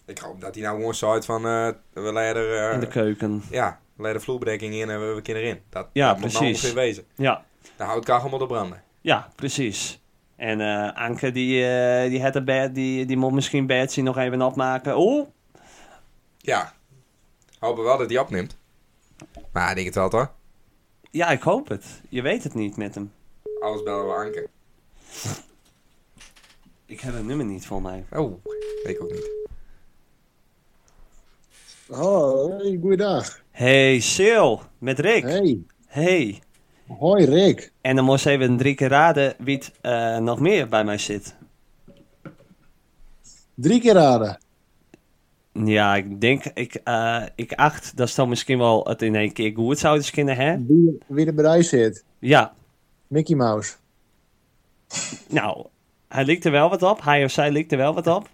[SPEAKER 1] ik hoop dat hij nou gewoon zo uit van... eh, we leiden... eh,
[SPEAKER 2] en de keuken.
[SPEAKER 1] ja, Leid de vloerbedekking in en we hebben kinderen in. Dat,
[SPEAKER 2] Ja,
[SPEAKER 1] dat moet nou
[SPEAKER 2] precies.
[SPEAKER 1] ongeveer wezen.
[SPEAKER 2] Ja,
[SPEAKER 1] Dan houdt kachel moet op branden.
[SPEAKER 2] ja, precies. En eh, Anke, die, eh, die, had een bed, die, die moet misschien Betsy nog even opmaken. Oh, Oeh,
[SPEAKER 1] Ja. Hopen we wel dat hij opneemt. Maar ik denk het wel toch?
[SPEAKER 2] ja, ik hoop het. Je weet het niet met hem.
[SPEAKER 1] Alles bellen we Anke.
[SPEAKER 2] Ik heb het nummer niet, volgens mij.
[SPEAKER 1] Oh, weet ik ook niet.
[SPEAKER 5] Oh, hey, goeiedag.
[SPEAKER 2] Hey, Sil, met Rick.
[SPEAKER 5] Hey.
[SPEAKER 2] hey.
[SPEAKER 5] Hoi Rick.
[SPEAKER 2] En dan moest even drie keer raden wie het, eh, nog meer bij mij zit.
[SPEAKER 5] Drie keer raden.
[SPEAKER 2] Ja, ik denk, ik, eh, ik acht, dat is dan misschien wel het in één keer goed zouden kunnen, hè?
[SPEAKER 5] Wie, wie er bij jou zit.
[SPEAKER 2] Ja,
[SPEAKER 5] Mickey Mouse.
[SPEAKER 2] nou, hij likt er wel wat op, hij of zij likt er wel wat op.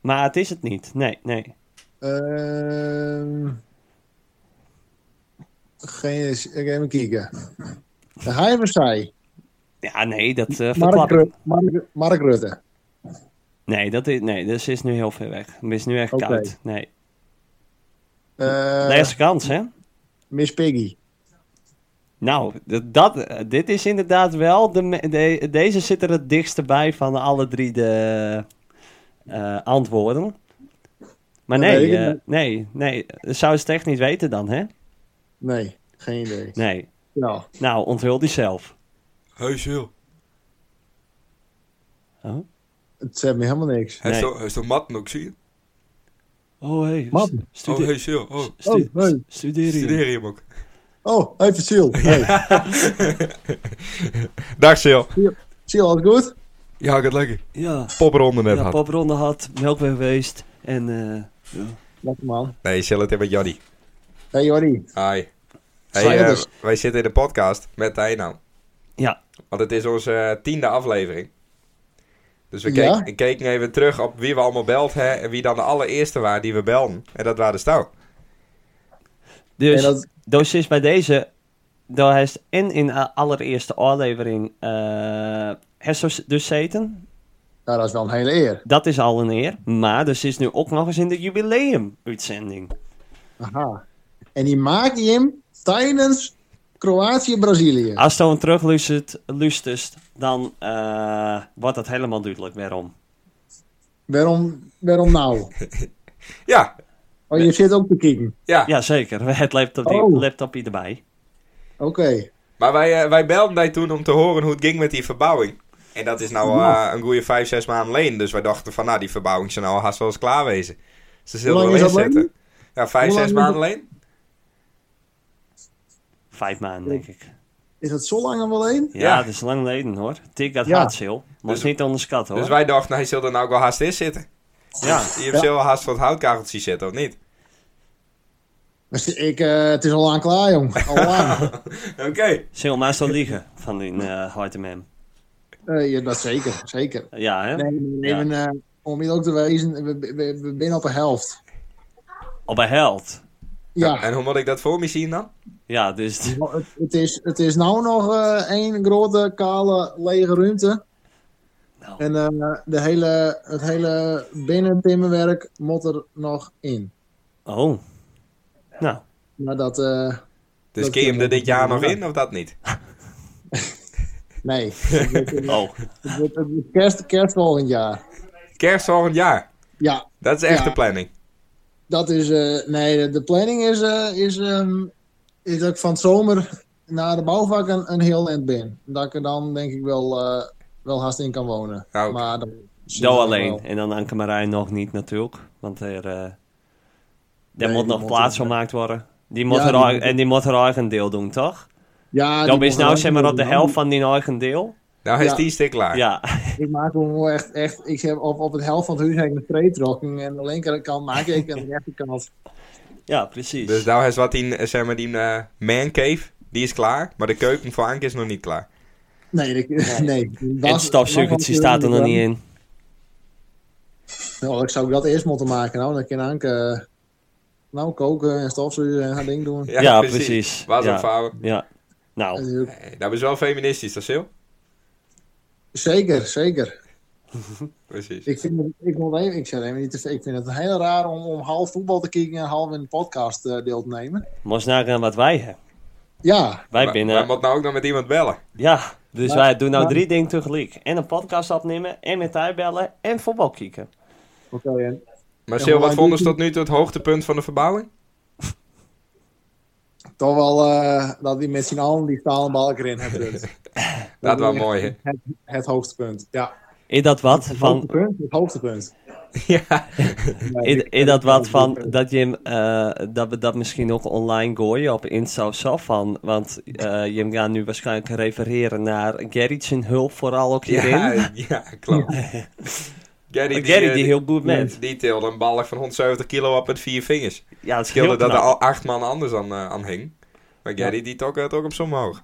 [SPEAKER 2] Maar het is het niet, nee, nee.
[SPEAKER 5] Ehm geen, ik even kijken. De hij of zij?
[SPEAKER 2] Ja, nee, dat eh
[SPEAKER 5] Mark,
[SPEAKER 2] verklap ik.
[SPEAKER 5] Ru- Mark, Mark Rutte.
[SPEAKER 2] Nee, dat is, nee, dus is nu heel ver weg. Het is nu echt
[SPEAKER 5] Oké.
[SPEAKER 2] koud, nee.
[SPEAKER 5] Eh,
[SPEAKER 2] Laatste kans, hè?
[SPEAKER 5] Miss Piggy.
[SPEAKER 2] Nou, dat, dat, eh, dit is inderdaad wel. De, me- de- deze zit er het dichtste bij van alle drie de eh, antwoorden. Maar
[SPEAKER 5] Ja,
[SPEAKER 2] nee,
[SPEAKER 5] nee, ik-
[SPEAKER 2] eh, nee, nee. Dat zou ze echt niet weten dan, hè?
[SPEAKER 5] Nee, geen idee.
[SPEAKER 2] Nee.
[SPEAKER 5] Nou,
[SPEAKER 2] Nou, onthul die zelf.
[SPEAKER 1] Heus heel.
[SPEAKER 2] Oh,
[SPEAKER 5] het zegt me helemaal niks.
[SPEAKER 1] Hij is
[SPEAKER 2] Nee.
[SPEAKER 1] toch- hij is toch mat nog, zie je?
[SPEAKER 2] oh hey.
[SPEAKER 5] Man.
[SPEAKER 1] Oh,
[SPEAKER 2] Studeer,
[SPEAKER 1] heus heel. Oh,
[SPEAKER 5] stu- Oh, hey.
[SPEAKER 2] Studeer
[SPEAKER 1] studeer hem
[SPEAKER 2] *laughs*
[SPEAKER 1] ook.
[SPEAKER 5] Oh, even Siel. Hey,
[SPEAKER 1] *laughs* Dag Sil.
[SPEAKER 5] Siel, alles goed?
[SPEAKER 1] Ja, ik het lekker.
[SPEAKER 2] Ja,
[SPEAKER 1] Popronde net
[SPEAKER 2] ja
[SPEAKER 1] had.
[SPEAKER 2] popronde had, melk weer geweest. En eh,
[SPEAKER 5] Lekker man.
[SPEAKER 1] Nee, Sil het even met Jody.
[SPEAKER 5] Hey Jordi.
[SPEAKER 1] Hi. Hey,
[SPEAKER 5] Zijn we
[SPEAKER 1] eh,
[SPEAKER 5] dus?
[SPEAKER 1] wij zitten in de podcast met Tijnaan.
[SPEAKER 2] ja,
[SPEAKER 1] Want het is onze eh, tiende aflevering. Dus we
[SPEAKER 5] Ja.
[SPEAKER 1] keken, keken even terug op wie we allemaal belt hè, en wie dan de allereerste waren die we belden. En dat waren de Stouw.
[SPEAKER 2] dus
[SPEAKER 5] En dat-
[SPEAKER 2] dus is bij deze, daar heeft en in de allereerste aflevering eh heeft dus zeten.
[SPEAKER 5] Nou, dat is wel een hele eer.
[SPEAKER 2] Dat is al een eer. Maar dus is nu ook nog eens in de jubileum-uitzending.
[SPEAKER 5] Aha. En die maakt hij hem tijdens Kroatië-Brazilië.
[SPEAKER 2] Als je hem terugluistert, luistert, dan eh, wordt dat helemaal duidelijk waarom.
[SPEAKER 5] Waarom, waarom nou?
[SPEAKER 1] Ja,
[SPEAKER 5] Oh, je zit ook te kijken.
[SPEAKER 1] ja.
[SPEAKER 2] Jazeker, *laughs* het laptop, die,
[SPEAKER 5] Oh.
[SPEAKER 2] laptop hier erbij.
[SPEAKER 5] Oké.
[SPEAKER 1] Maar wij, eh, wij belden mij toen om te horen hoe het ging met die verbouwing. En dat is nou al,
[SPEAKER 5] Ja.
[SPEAKER 1] eh, een goede vijf, zes maanden leen. Dus wij dachten van, nou, die verbouwing zou nou haast wel eens klaar wezen. Ze zullen
[SPEAKER 5] Hoe
[SPEAKER 1] wel
[SPEAKER 5] lang is dat
[SPEAKER 1] inzetten. Ja, vijf,
[SPEAKER 5] Hoe lang
[SPEAKER 1] zes
[SPEAKER 5] moet
[SPEAKER 1] maanden leen.
[SPEAKER 2] Vijf maanden, denk ik.
[SPEAKER 5] Is dat zo lang al wel één?
[SPEAKER 2] Ja,
[SPEAKER 1] Ja.
[SPEAKER 2] dat is lang geleden hoor. Tik dat
[SPEAKER 5] Ja.
[SPEAKER 2] hard, Sil. Maar
[SPEAKER 1] Dus-
[SPEAKER 2] is niet onderschat hoor.
[SPEAKER 1] Dus wij dachten, nou, hij zal er nou ook wel haast in zitten.
[SPEAKER 2] Ja,
[SPEAKER 1] Je hebt wel haast voor het houtkageltje zitten, of niet?
[SPEAKER 5] Dus Ik, eh, het is al lang klaar, jong. Al lang.
[SPEAKER 2] *laughs*
[SPEAKER 1] Oké.
[SPEAKER 2] Sil, maar zo liegen van die eh harde man.
[SPEAKER 5] Eh, ja, dat zeker, zeker.
[SPEAKER 2] Ja, hè?
[SPEAKER 5] Nee, we
[SPEAKER 2] Ja.
[SPEAKER 5] nemen, eh, om je ook te wijzen, we, we, we- we zijn op de helft.
[SPEAKER 2] Op een held.
[SPEAKER 5] Ja,
[SPEAKER 1] En hoe moet ik dat voor me zien dan?
[SPEAKER 2] Ja, dus
[SPEAKER 5] Nou, het, het, is, het is nou nog eh, één grote, kale, lege ruimte.
[SPEAKER 2] Nou.
[SPEAKER 5] En eh, de hele, het hele binnentimmerwerk moet er nog in.
[SPEAKER 2] Oh. Nou,
[SPEAKER 5] Maar dat, eh,
[SPEAKER 1] Dus
[SPEAKER 5] Dat
[SPEAKER 1] keer je hem er dit jaar nog
[SPEAKER 5] Ja.
[SPEAKER 1] in, of dat niet?
[SPEAKER 2] *laughs*
[SPEAKER 5] nee. het, wordt, eh,
[SPEAKER 2] oh.
[SPEAKER 5] het wordt- het wordt kerst, kerst volgend jaar.
[SPEAKER 1] Kerst volgend jaar.
[SPEAKER 5] Ja,
[SPEAKER 1] Dat is echt
[SPEAKER 5] Ja.
[SPEAKER 1] de planning.
[SPEAKER 5] Dat is, eh, nee, de, de planning is, eh, is, ehm, is dat ik van het zomer naar de bouwvak een, een heel eind ben. Dat ik er dan denk ik wel, eh, wel haast in kan wonen.
[SPEAKER 1] Nou, oké.
[SPEAKER 5] maar dat
[SPEAKER 2] Zo alleen. En dan Anke Marijn nog niet natuurlijk. Want er, eh, daar
[SPEAKER 5] Nee,
[SPEAKER 2] moet
[SPEAKER 5] die
[SPEAKER 2] nog
[SPEAKER 5] moet
[SPEAKER 2] plaats
[SPEAKER 5] er-
[SPEAKER 2] gemaakt worden. Die moet
[SPEAKER 5] Ja,
[SPEAKER 2] er
[SPEAKER 5] die
[SPEAKER 2] ei-
[SPEAKER 5] moet-
[SPEAKER 2] en die moet er eigen deel doen, toch?
[SPEAKER 5] Ja,
[SPEAKER 2] Dan
[SPEAKER 5] die
[SPEAKER 2] is nou
[SPEAKER 5] mogen
[SPEAKER 2] zeg maar
[SPEAKER 5] wel-
[SPEAKER 2] op de helft van die eigen deel.
[SPEAKER 1] Nou, hij is
[SPEAKER 5] Ja.
[SPEAKER 1] die stik klaar.
[SPEAKER 2] Ja, *laughs*
[SPEAKER 5] Ik maak hem wel echt, echt ik heb op, op het helft van het huis heb ik een treetrokking. En de linkerkant maak
[SPEAKER 2] *laughs*
[SPEAKER 5] ik en de rechterkant.
[SPEAKER 2] ja precies.
[SPEAKER 1] Dus nou is wat die, eh, zeg maar, die eh, man cave, die is klaar. Maar de keuken voor Anke is nog niet klaar.
[SPEAKER 5] Nee, *laughs* dat, nee.
[SPEAKER 2] en het stofzuigertje staat er nog niet in.
[SPEAKER 5] Nou, ik zou dat eerst moeten maken. Nou, dan kan Anke eh, nou koken en stofzuigen en haar ding doen.
[SPEAKER 1] *laughs*
[SPEAKER 2] Ja, precies.
[SPEAKER 1] Was
[SPEAKER 2] Ja.
[SPEAKER 1] een vouwen.
[SPEAKER 2] Ja. Nou,
[SPEAKER 5] En
[SPEAKER 1] Hey, dat is wel feministisch, dat is heel.
[SPEAKER 5] Zeker, zeker.
[SPEAKER 1] Precies.
[SPEAKER 5] Ik, vind het, ik, moet even, ik, zeg even niet te veel, ik vind het heel raar om, om half voetbal te kijken en half in de podcast eh, deel te nemen.
[SPEAKER 2] Moest nagaan wat wij hebben.
[SPEAKER 5] Ja,
[SPEAKER 2] Wij
[SPEAKER 1] Maar-
[SPEAKER 2] binnen.
[SPEAKER 1] maar moet nou ook nog met iemand bellen.
[SPEAKER 2] Ja, dus
[SPEAKER 5] Maar-
[SPEAKER 2] wij doen nou
[SPEAKER 5] maar-
[SPEAKER 2] drie dingen tegelijk. En een podcast opnemen, en met haar bellen, en voetbal kijken.
[SPEAKER 5] oké. en
[SPEAKER 1] Maar
[SPEAKER 5] Ja,
[SPEAKER 1] Sil,
[SPEAKER 5] maar
[SPEAKER 1] wat
[SPEAKER 5] die-
[SPEAKER 1] vonden ze tot nu toe het hoogtepunt van de verbouwing? *laughs*
[SPEAKER 5] toch wel eh, dat die met z'n allen die stalen balk erin hebben.
[SPEAKER 1] *laughs* Dat was
[SPEAKER 5] is
[SPEAKER 1] mooi,
[SPEAKER 5] echt dus. Het, het hoogtepunt, ja.
[SPEAKER 2] Is dat wat
[SPEAKER 5] Het
[SPEAKER 2] van,
[SPEAKER 5] hoogtepunt, het hoogtepunt.
[SPEAKER 1] Ja.
[SPEAKER 2] is,
[SPEAKER 5] Nee, ik-
[SPEAKER 2] is dat wat van dat je hem, eh, dat we dat misschien ook online gooien op Insta of zo van, want eh, je gaat nu waarschijnlijk refereren naar Gerrit zijn hulp vooral ook hierin.
[SPEAKER 1] Ja, ja, klopt. Gary,
[SPEAKER 2] *laughs* Maar Gerrit
[SPEAKER 1] eh,
[SPEAKER 2] die heel goed bent.
[SPEAKER 1] Die tilde een balk van 170 kilo op met vier vingers.
[SPEAKER 2] Ja, dat
[SPEAKER 1] Het
[SPEAKER 2] is
[SPEAKER 1] scheelde
[SPEAKER 2] heel
[SPEAKER 1] dat er
[SPEAKER 2] knap.
[SPEAKER 1] al acht man anders aan, eh, aan hing. Maar Gary die tok het ook op zo'n hoog.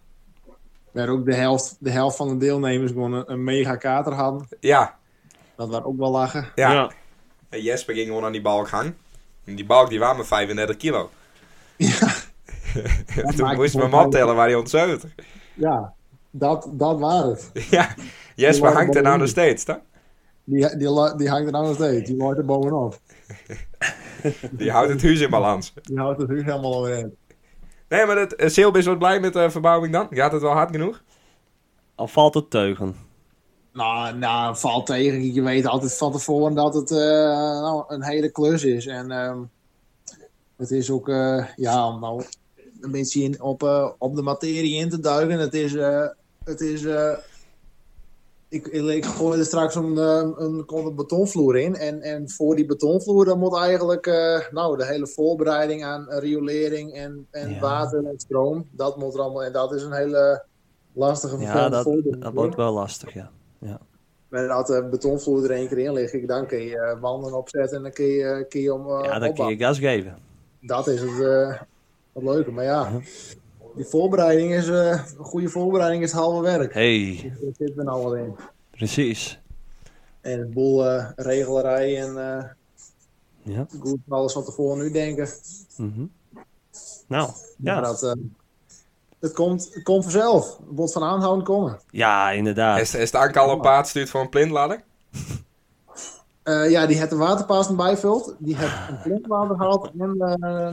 [SPEAKER 5] Waar ook de helft, de helft van de deelnemers gewoon een, een mega kater hadden.
[SPEAKER 1] Ja,
[SPEAKER 5] Dat was ook wel lachen.
[SPEAKER 1] ja.
[SPEAKER 2] Ja.
[SPEAKER 1] En Jesper ging gewoon aan die balk hangen. En die balk die was maar 35 kilo. *laughs*
[SPEAKER 5] Ja,
[SPEAKER 1] Toen
[SPEAKER 5] maakt
[SPEAKER 1] moest
[SPEAKER 5] het
[SPEAKER 1] mijn
[SPEAKER 5] wel
[SPEAKER 1] man tellen waar hij 170.
[SPEAKER 5] ja dat, dat was het.
[SPEAKER 1] *laughs* Ja, Jesper
[SPEAKER 5] waren
[SPEAKER 1] hangt er nou
[SPEAKER 5] ballonnen.
[SPEAKER 1] nog steeds, toch?
[SPEAKER 5] Die, die, la- die hangt er nou nog steeds. Die loopt er bovenop.
[SPEAKER 1] Die houdt het huis in balans.
[SPEAKER 5] Die houdt het nu helemaal alweer in.
[SPEAKER 1] Nee, maar dat, eh, Silb is wat blij met de verbouwing dan. Gaat het wel hard genoeg?
[SPEAKER 2] Al valt het teugen.
[SPEAKER 5] Nou, nou, valt tegen. Je weet altijd van tevoren dat het eh, nou, een hele klus is. En ehm, het is ook, eh, ja, om nou een beetje in, op, eh, op de materie in te duiken. Het is, eh, het is eh, ik, ik, ik gooi er straks een, eh, een, komt een betonvloer in. En, en voor die betonvloer, dan moet eigenlijk, eh, nou, de hele voorbereiding aan riolering en, en
[SPEAKER 2] Ja.
[SPEAKER 5] water en stroom. Dat moet er allemaal, en dat is een hele lastige,
[SPEAKER 2] Ja,
[SPEAKER 5] vervelende
[SPEAKER 2] dat,
[SPEAKER 5] voorbereiding.
[SPEAKER 2] dat wordt wel lastig, ja.
[SPEAKER 5] Maar dat de betonvloer er één keer in ligt, ik- dan kun je eh, wanden opzetten en dan kun je, eh, kun je om eh,
[SPEAKER 2] Ja, dan kun je
[SPEAKER 5] opbouwen.
[SPEAKER 2] gas geven.
[SPEAKER 5] Dat is het, eh, het leuke. Maar ja, die voorbereiding is, eh, een goede voorbereiding is het halve werk.
[SPEAKER 2] Hey,
[SPEAKER 5] Daar zit men allemaal in.
[SPEAKER 2] precies.
[SPEAKER 5] En een boel eh, regelerij en eh,
[SPEAKER 2] Ja.
[SPEAKER 5] goed van alles van tevoren nu denken.
[SPEAKER 2] mhm. Nou,
[SPEAKER 5] Maar
[SPEAKER 2] ja.
[SPEAKER 5] Dat, eh, het, komt, het komt vanzelf. Het wordt van aanhouden komen.
[SPEAKER 2] Ja, inderdaad.
[SPEAKER 1] Is, is de Anke al op paard stuurt voor een plintladder?
[SPEAKER 5] Eh, ja, die heeft een waterpaas erbij vult. Die heeft een drinkwater gehaald. En eh,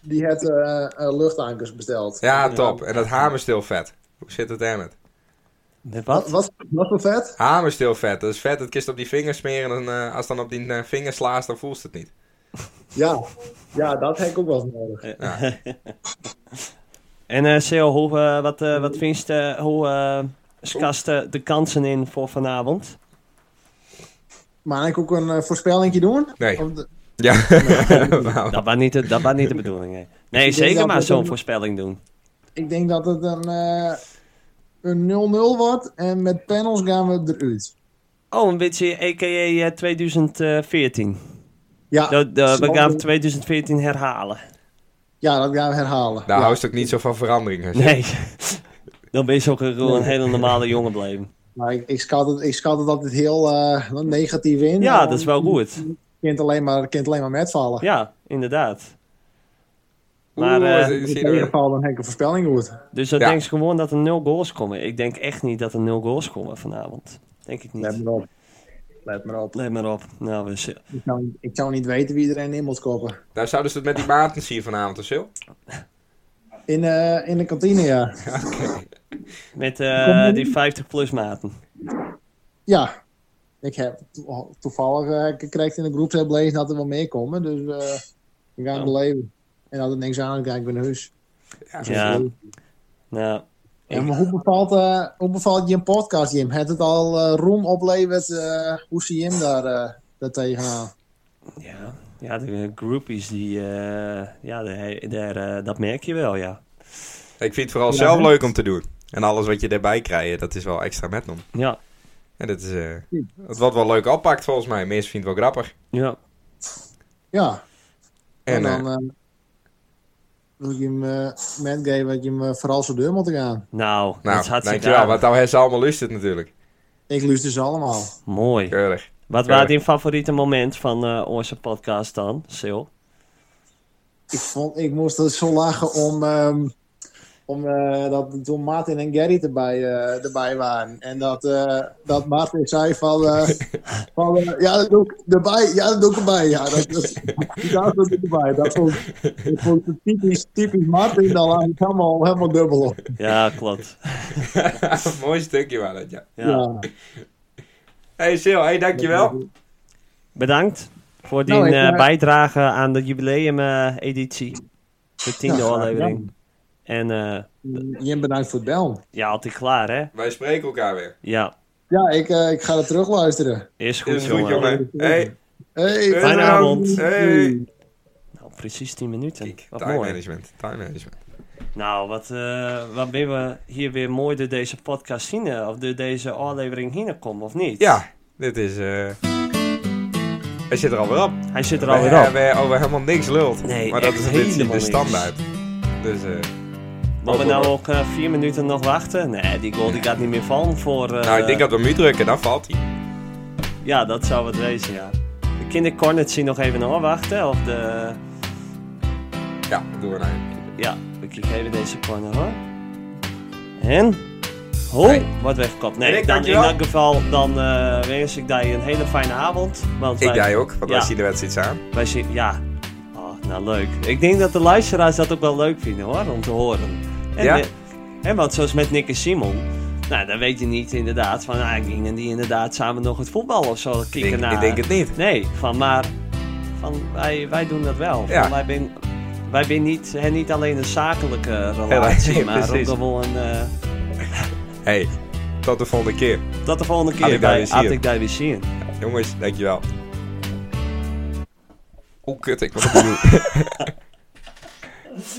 [SPEAKER 5] die heeft eh, eh, luchtankers besteld.
[SPEAKER 1] Ja, top. En dat hamerstilvet. Hoe zit het daarmee?
[SPEAKER 2] Met
[SPEAKER 5] Wat?
[SPEAKER 2] wat?
[SPEAKER 5] Wat, wat voor vet?
[SPEAKER 1] Hamerstilvet. Dat is vet. Dat kist op die vingers smeren. En eh, als dan op die eh, vingers slaast, dan voelst het niet.
[SPEAKER 5] Ja. ja, dat heb ik ook wel eens nodig.
[SPEAKER 2] En eh Sil, hoe, eh, wat, eh, wat vind je, eh, hoe eh scast eh, de kansen in voor vanavond?
[SPEAKER 5] Maar ik ook een eh, voorspellingje doen?
[SPEAKER 1] Nee.
[SPEAKER 5] Of de-
[SPEAKER 1] Ja. *laughs* Nou, Wauw.
[SPEAKER 2] Dat was niet de, dat was niet de bedoeling, hè. Nee,
[SPEAKER 5] Oh. *laughs* Ik denk
[SPEAKER 2] zeker
[SPEAKER 5] dat
[SPEAKER 2] maar
[SPEAKER 5] we
[SPEAKER 2] zo'n
[SPEAKER 5] dan-
[SPEAKER 2] voorspelling doen.
[SPEAKER 5] ik denk dat het een eh, een 0-0 wordt. En met panels gaan we eruit.
[SPEAKER 2] Oh, een beetje a.k.a. eh, 2014.
[SPEAKER 5] Ja,
[SPEAKER 2] Dat- dat- we
[SPEAKER 5] Zal
[SPEAKER 2] gaan
[SPEAKER 5] doen.
[SPEAKER 2] 2014
[SPEAKER 5] *laughs*
[SPEAKER 2] herhalen.
[SPEAKER 5] ja dat gaan we herhalen.
[SPEAKER 1] Daar
[SPEAKER 5] Ja.
[SPEAKER 1] houdt ook niet zo van verandering. hè.
[SPEAKER 2] Nee. *laughs* Dan ben je ook een, gewoon een hele normale jongen blijven.
[SPEAKER 5] Maar ik, ik, schat het, ik schat het altijd heel eh, negatief in.
[SPEAKER 2] Ja,
[SPEAKER 5] Eh,
[SPEAKER 2] dat is wel goed.
[SPEAKER 5] Kind alleen maar, kind alleen maar metvallen.
[SPEAKER 2] Ja, inderdaad.
[SPEAKER 1] Oeh,
[SPEAKER 2] Maar, eh,
[SPEAKER 1] zie-
[SPEAKER 5] In
[SPEAKER 1] zie
[SPEAKER 5] ieder
[SPEAKER 1] je-
[SPEAKER 5] geval dan heb ik een voorspelling goed.
[SPEAKER 2] Dus dat
[SPEAKER 1] Ja.
[SPEAKER 2] denk ik gewoon dat er nul goals komen. Ik denk echt niet dat er nul goals komen vanavond. Denk ik
[SPEAKER 5] Let
[SPEAKER 2] niet.
[SPEAKER 5] maar op. Let maar op.
[SPEAKER 2] Let maar op. Nou, we z-
[SPEAKER 5] Ik zou, ik zou niet weten wie er een in moet kopen.
[SPEAKER 1] Daar zouden ze het met die maten zien vanavond, of zo?
[SPEAKER 5] In, eh, in de kantine, ja.
[SPEAKER 2] Met eh, die 50 plus maten.
[SPEAKER 5] Ja. Ik heb to- toevallig eh, gekregen in de groep heb lezen dat er wel meer komen. Dus eh, we
[SPEAKER 2] Ja.
[SPEAKER 5] gaan het beleven. En als er niks aan is, ga ik weer naar huis.
[SPEAKER 2] Ja. Nou,
[SPEAKER 5] En maar hoe bevalt, eh, hoe bevalt je een podcast, Jim? Het het al eh, roem opleverd? eh, hoe zie je hem daar, eh, daar tegenaan?
[SPEAKER 2] ja. Ja, de eh, groupies die... eh, ja, daar, daar, eh, dat merk je wel, ja.
[SPEAKER 1] Ik vind het vooral
[SPEAKER 5] Ja,
[SPEAKER 1] zelf
[SPEAKER 5] hè?
[SPEAKER 1] leuk om te doen. En alles wat je daarbij krijgt, dat is wel extra metnom.
[SPEAKER 2] Ja,
[SPEAKER 1] En dat is... eh, het wordt wel leuk oppakt, volgens mij. Mensen vinden het wel grappig.
[SPEAKER 2] ja.
[SPEAKER 5] Ja.
[SPEAKER 1] En,
[SPEAKER 5] En,
[SPEAKER 1] eh,
[SPEAKER 5] dan eh, wil ik je hem eh metgeven dat je hem eh, vooral zo deur moet gaan.
[SPEAKER 2] Nou, dat is
[SPEAKER 1] nou,
[SPEAKER 2] hartstikke
[SPEAKER 1] dankjewel.
[SPEAKER 2] aardig.
[SPEAKER 1] Want nou hebben ze allemaal lust het natuurlijk.
[SPEAKER 5] Ik luister ze allemaal.
[SPEAKER 2] Mooi.
[SPEAKER 1] Keurig. *laughs*
[SPEAKER 2] Wat
[SPEAKER 1] Ja.
[SPEAKER 2] was je favoriete moment van eh, onze podcast dan, Sil?
[SPEAKER 5] Ik, vond, ik moest er zo lachen om, ehm, Omdat toen Martin en Gerry erbij, eh, erbij waren. En dat, eh, dat Martin zei van... eh, van eh, ja, dat doe ik erbij. Ja, dat doe ik erbij. Ja, dat, dat, dat doe ik erbij. Dat vond, dat vond ik typisch, typisch Martin. Dan laat ik helemaal, helemaal dubbel op.
[SPEAKER 2] Ja, klopt.
[SPEAKER 1] Mooi stukje waar dat, ja.
[SPEAKER 2] Ja.
[SPEAKER 1] hey, Sil, hey, dankjewel.
[SPEAKER 2] Bedankt voor die
[SPEAKER 5] Nou, ik,
[SPEAKER 2] eh,
[SPEAKER 5] eh,
[SPEAKER 2] bijdrage aan de jubileumeditie. de tiende
[SPEAKER 5] Ja, graag
[SPEAKER 2] aflevering. En eh,
[SPEAKER 5] Jim, bedankt voor het bel.
[SPEAKER 2] ja, altijd klaar, hè?
[SPEAKER 1] Wij spreken elkaar weer.
[SPEAKER 2] Ja,
[SPEAKER 5] Ja, ik, eh, ik ga het terugluisteren.
[SPEAKER 2] is goed,
[SPEAKER 1] Is goed,
[SPEAKER 2] jongen.
[SPEAKER 1] jongen. Hey,
[SPEAKER 5] Hey,
[SPEAKER 1] Fijne
[SPEAKER 5] bedankt.
[SPEAKER 2] avond.
[SPEAKER 1] Hey.
[SPEAKER 2] Nou, precies 10 minuten.
[SPEAKER 1] kijk,
[SPEAKER 2] wat
[SPEAKER 1] time
[SPEAKER 2] mooi.
[SPEAKER 1] management. Time management.
[SPEAKER 2] Nou, wat, eh, wat ben we hier weer mooi door deze podcast zien, eh, of door deze aflevering heen komen, of niet?
[SPEAKER 1] Ja, dit is... eh Hij zit er alweer op.
[SPEAKER 2] Hij zit er
[SPEAKER 1] We
[SPEAKER 2] alweer op.
[SPEAKER 1] hebben over helemaal niks lult.
[SPEAKER 2] Nee,
[SPEAKER 1] maar dat
[SPEAKER 2] echt
[SPEAKER 1] is een beetje
[SPEAKER 2] helemaal
[SPEAKER 1] de
[SPEAKER 2] niks.
[SPEAKER 1] standaard. Dus eh
[SPEAKER 2] Maar we nou ook eh, vier minuten nog wachten? Nee, die goal die gaat niet meer vallen voor... eh,
[SPEAKER 1] nou, ik denk dat we hem nu drukken, dan valt hij.
[SPEAKER 2] Ja, dat zou wat wezen, ja. De kindercornet zien nog even afwachten, of de...
[SPEAKER 1] Ja, doen we nou.
[SPEAKER 2] Ja, we kijken even deze corner, hoor. En... Ho,
[SPEAKER 1] Hey.
[SPEAKER 2] wat weggekopt. Nee,
[SPEAKER 1] Rick,
[SPEAKER 2] dan, in
[SPEAKER 1] dankjewel.
[SPEAKER 2] dat geval dan eh, wens ik daar een hele fijne avond. Want
[SPEAKER 1] Ik
[SPEAKER 2] wij-
[SPEAKER 1] jij ook, want wij
[SPEAKER 2] Ja.
[SPEAKER 1] zien de wedstrijd aan.
[SPEAKER 2] Wij zien, ja. Oh, nou leuk. Ik denk dat de luisteraars dat ook wel leuk vinden hoor, om te horen. En,
[SPEAKER 1] Ja?
[SPEAKER 2] eh, en want zoals met Nick en Simon, nou dan weet je niet inderdaad van, ah, ik denk dat die inderdaad samen nog het voetbal of zo
[SPEAKER 1] Ik
[SPEAKER 2] kieken
[SPEAKER 1] denk,
[SPEAKER 2] naar.
[SPEAKER 1] ik denk het niet.
[SPEAKER 2] Nee, van maar, van wij, wij doen dat wel.
[SPEAKER 1] Ja.
[SPEAKER 2] Van, wij zijn wij ben niet, hè, niet alleen een zakelijke relatie,
[SPEAKER 1] nee, *laughs*
[SPEAKER 2] maar ook
[SPEAKER 1] precies.
[SPEAKER 2] gewoon een... eh,
[SPEAKER 1] Hey, tot de volgende keer.
[SPEAKER 2] tot de volgende
[SPEAKER 1] Had
[SPEAKER 2] keer
[SPEAKER 1] ik daar
[SPEAKER 2] bij
[SPEAKER 1] weer zin in.
[SPEAKER 2] Had ik daar weer zin in.
[SPEAKER 1] Jongens, dankjewel. *laughs* Oh, kut, ik was op de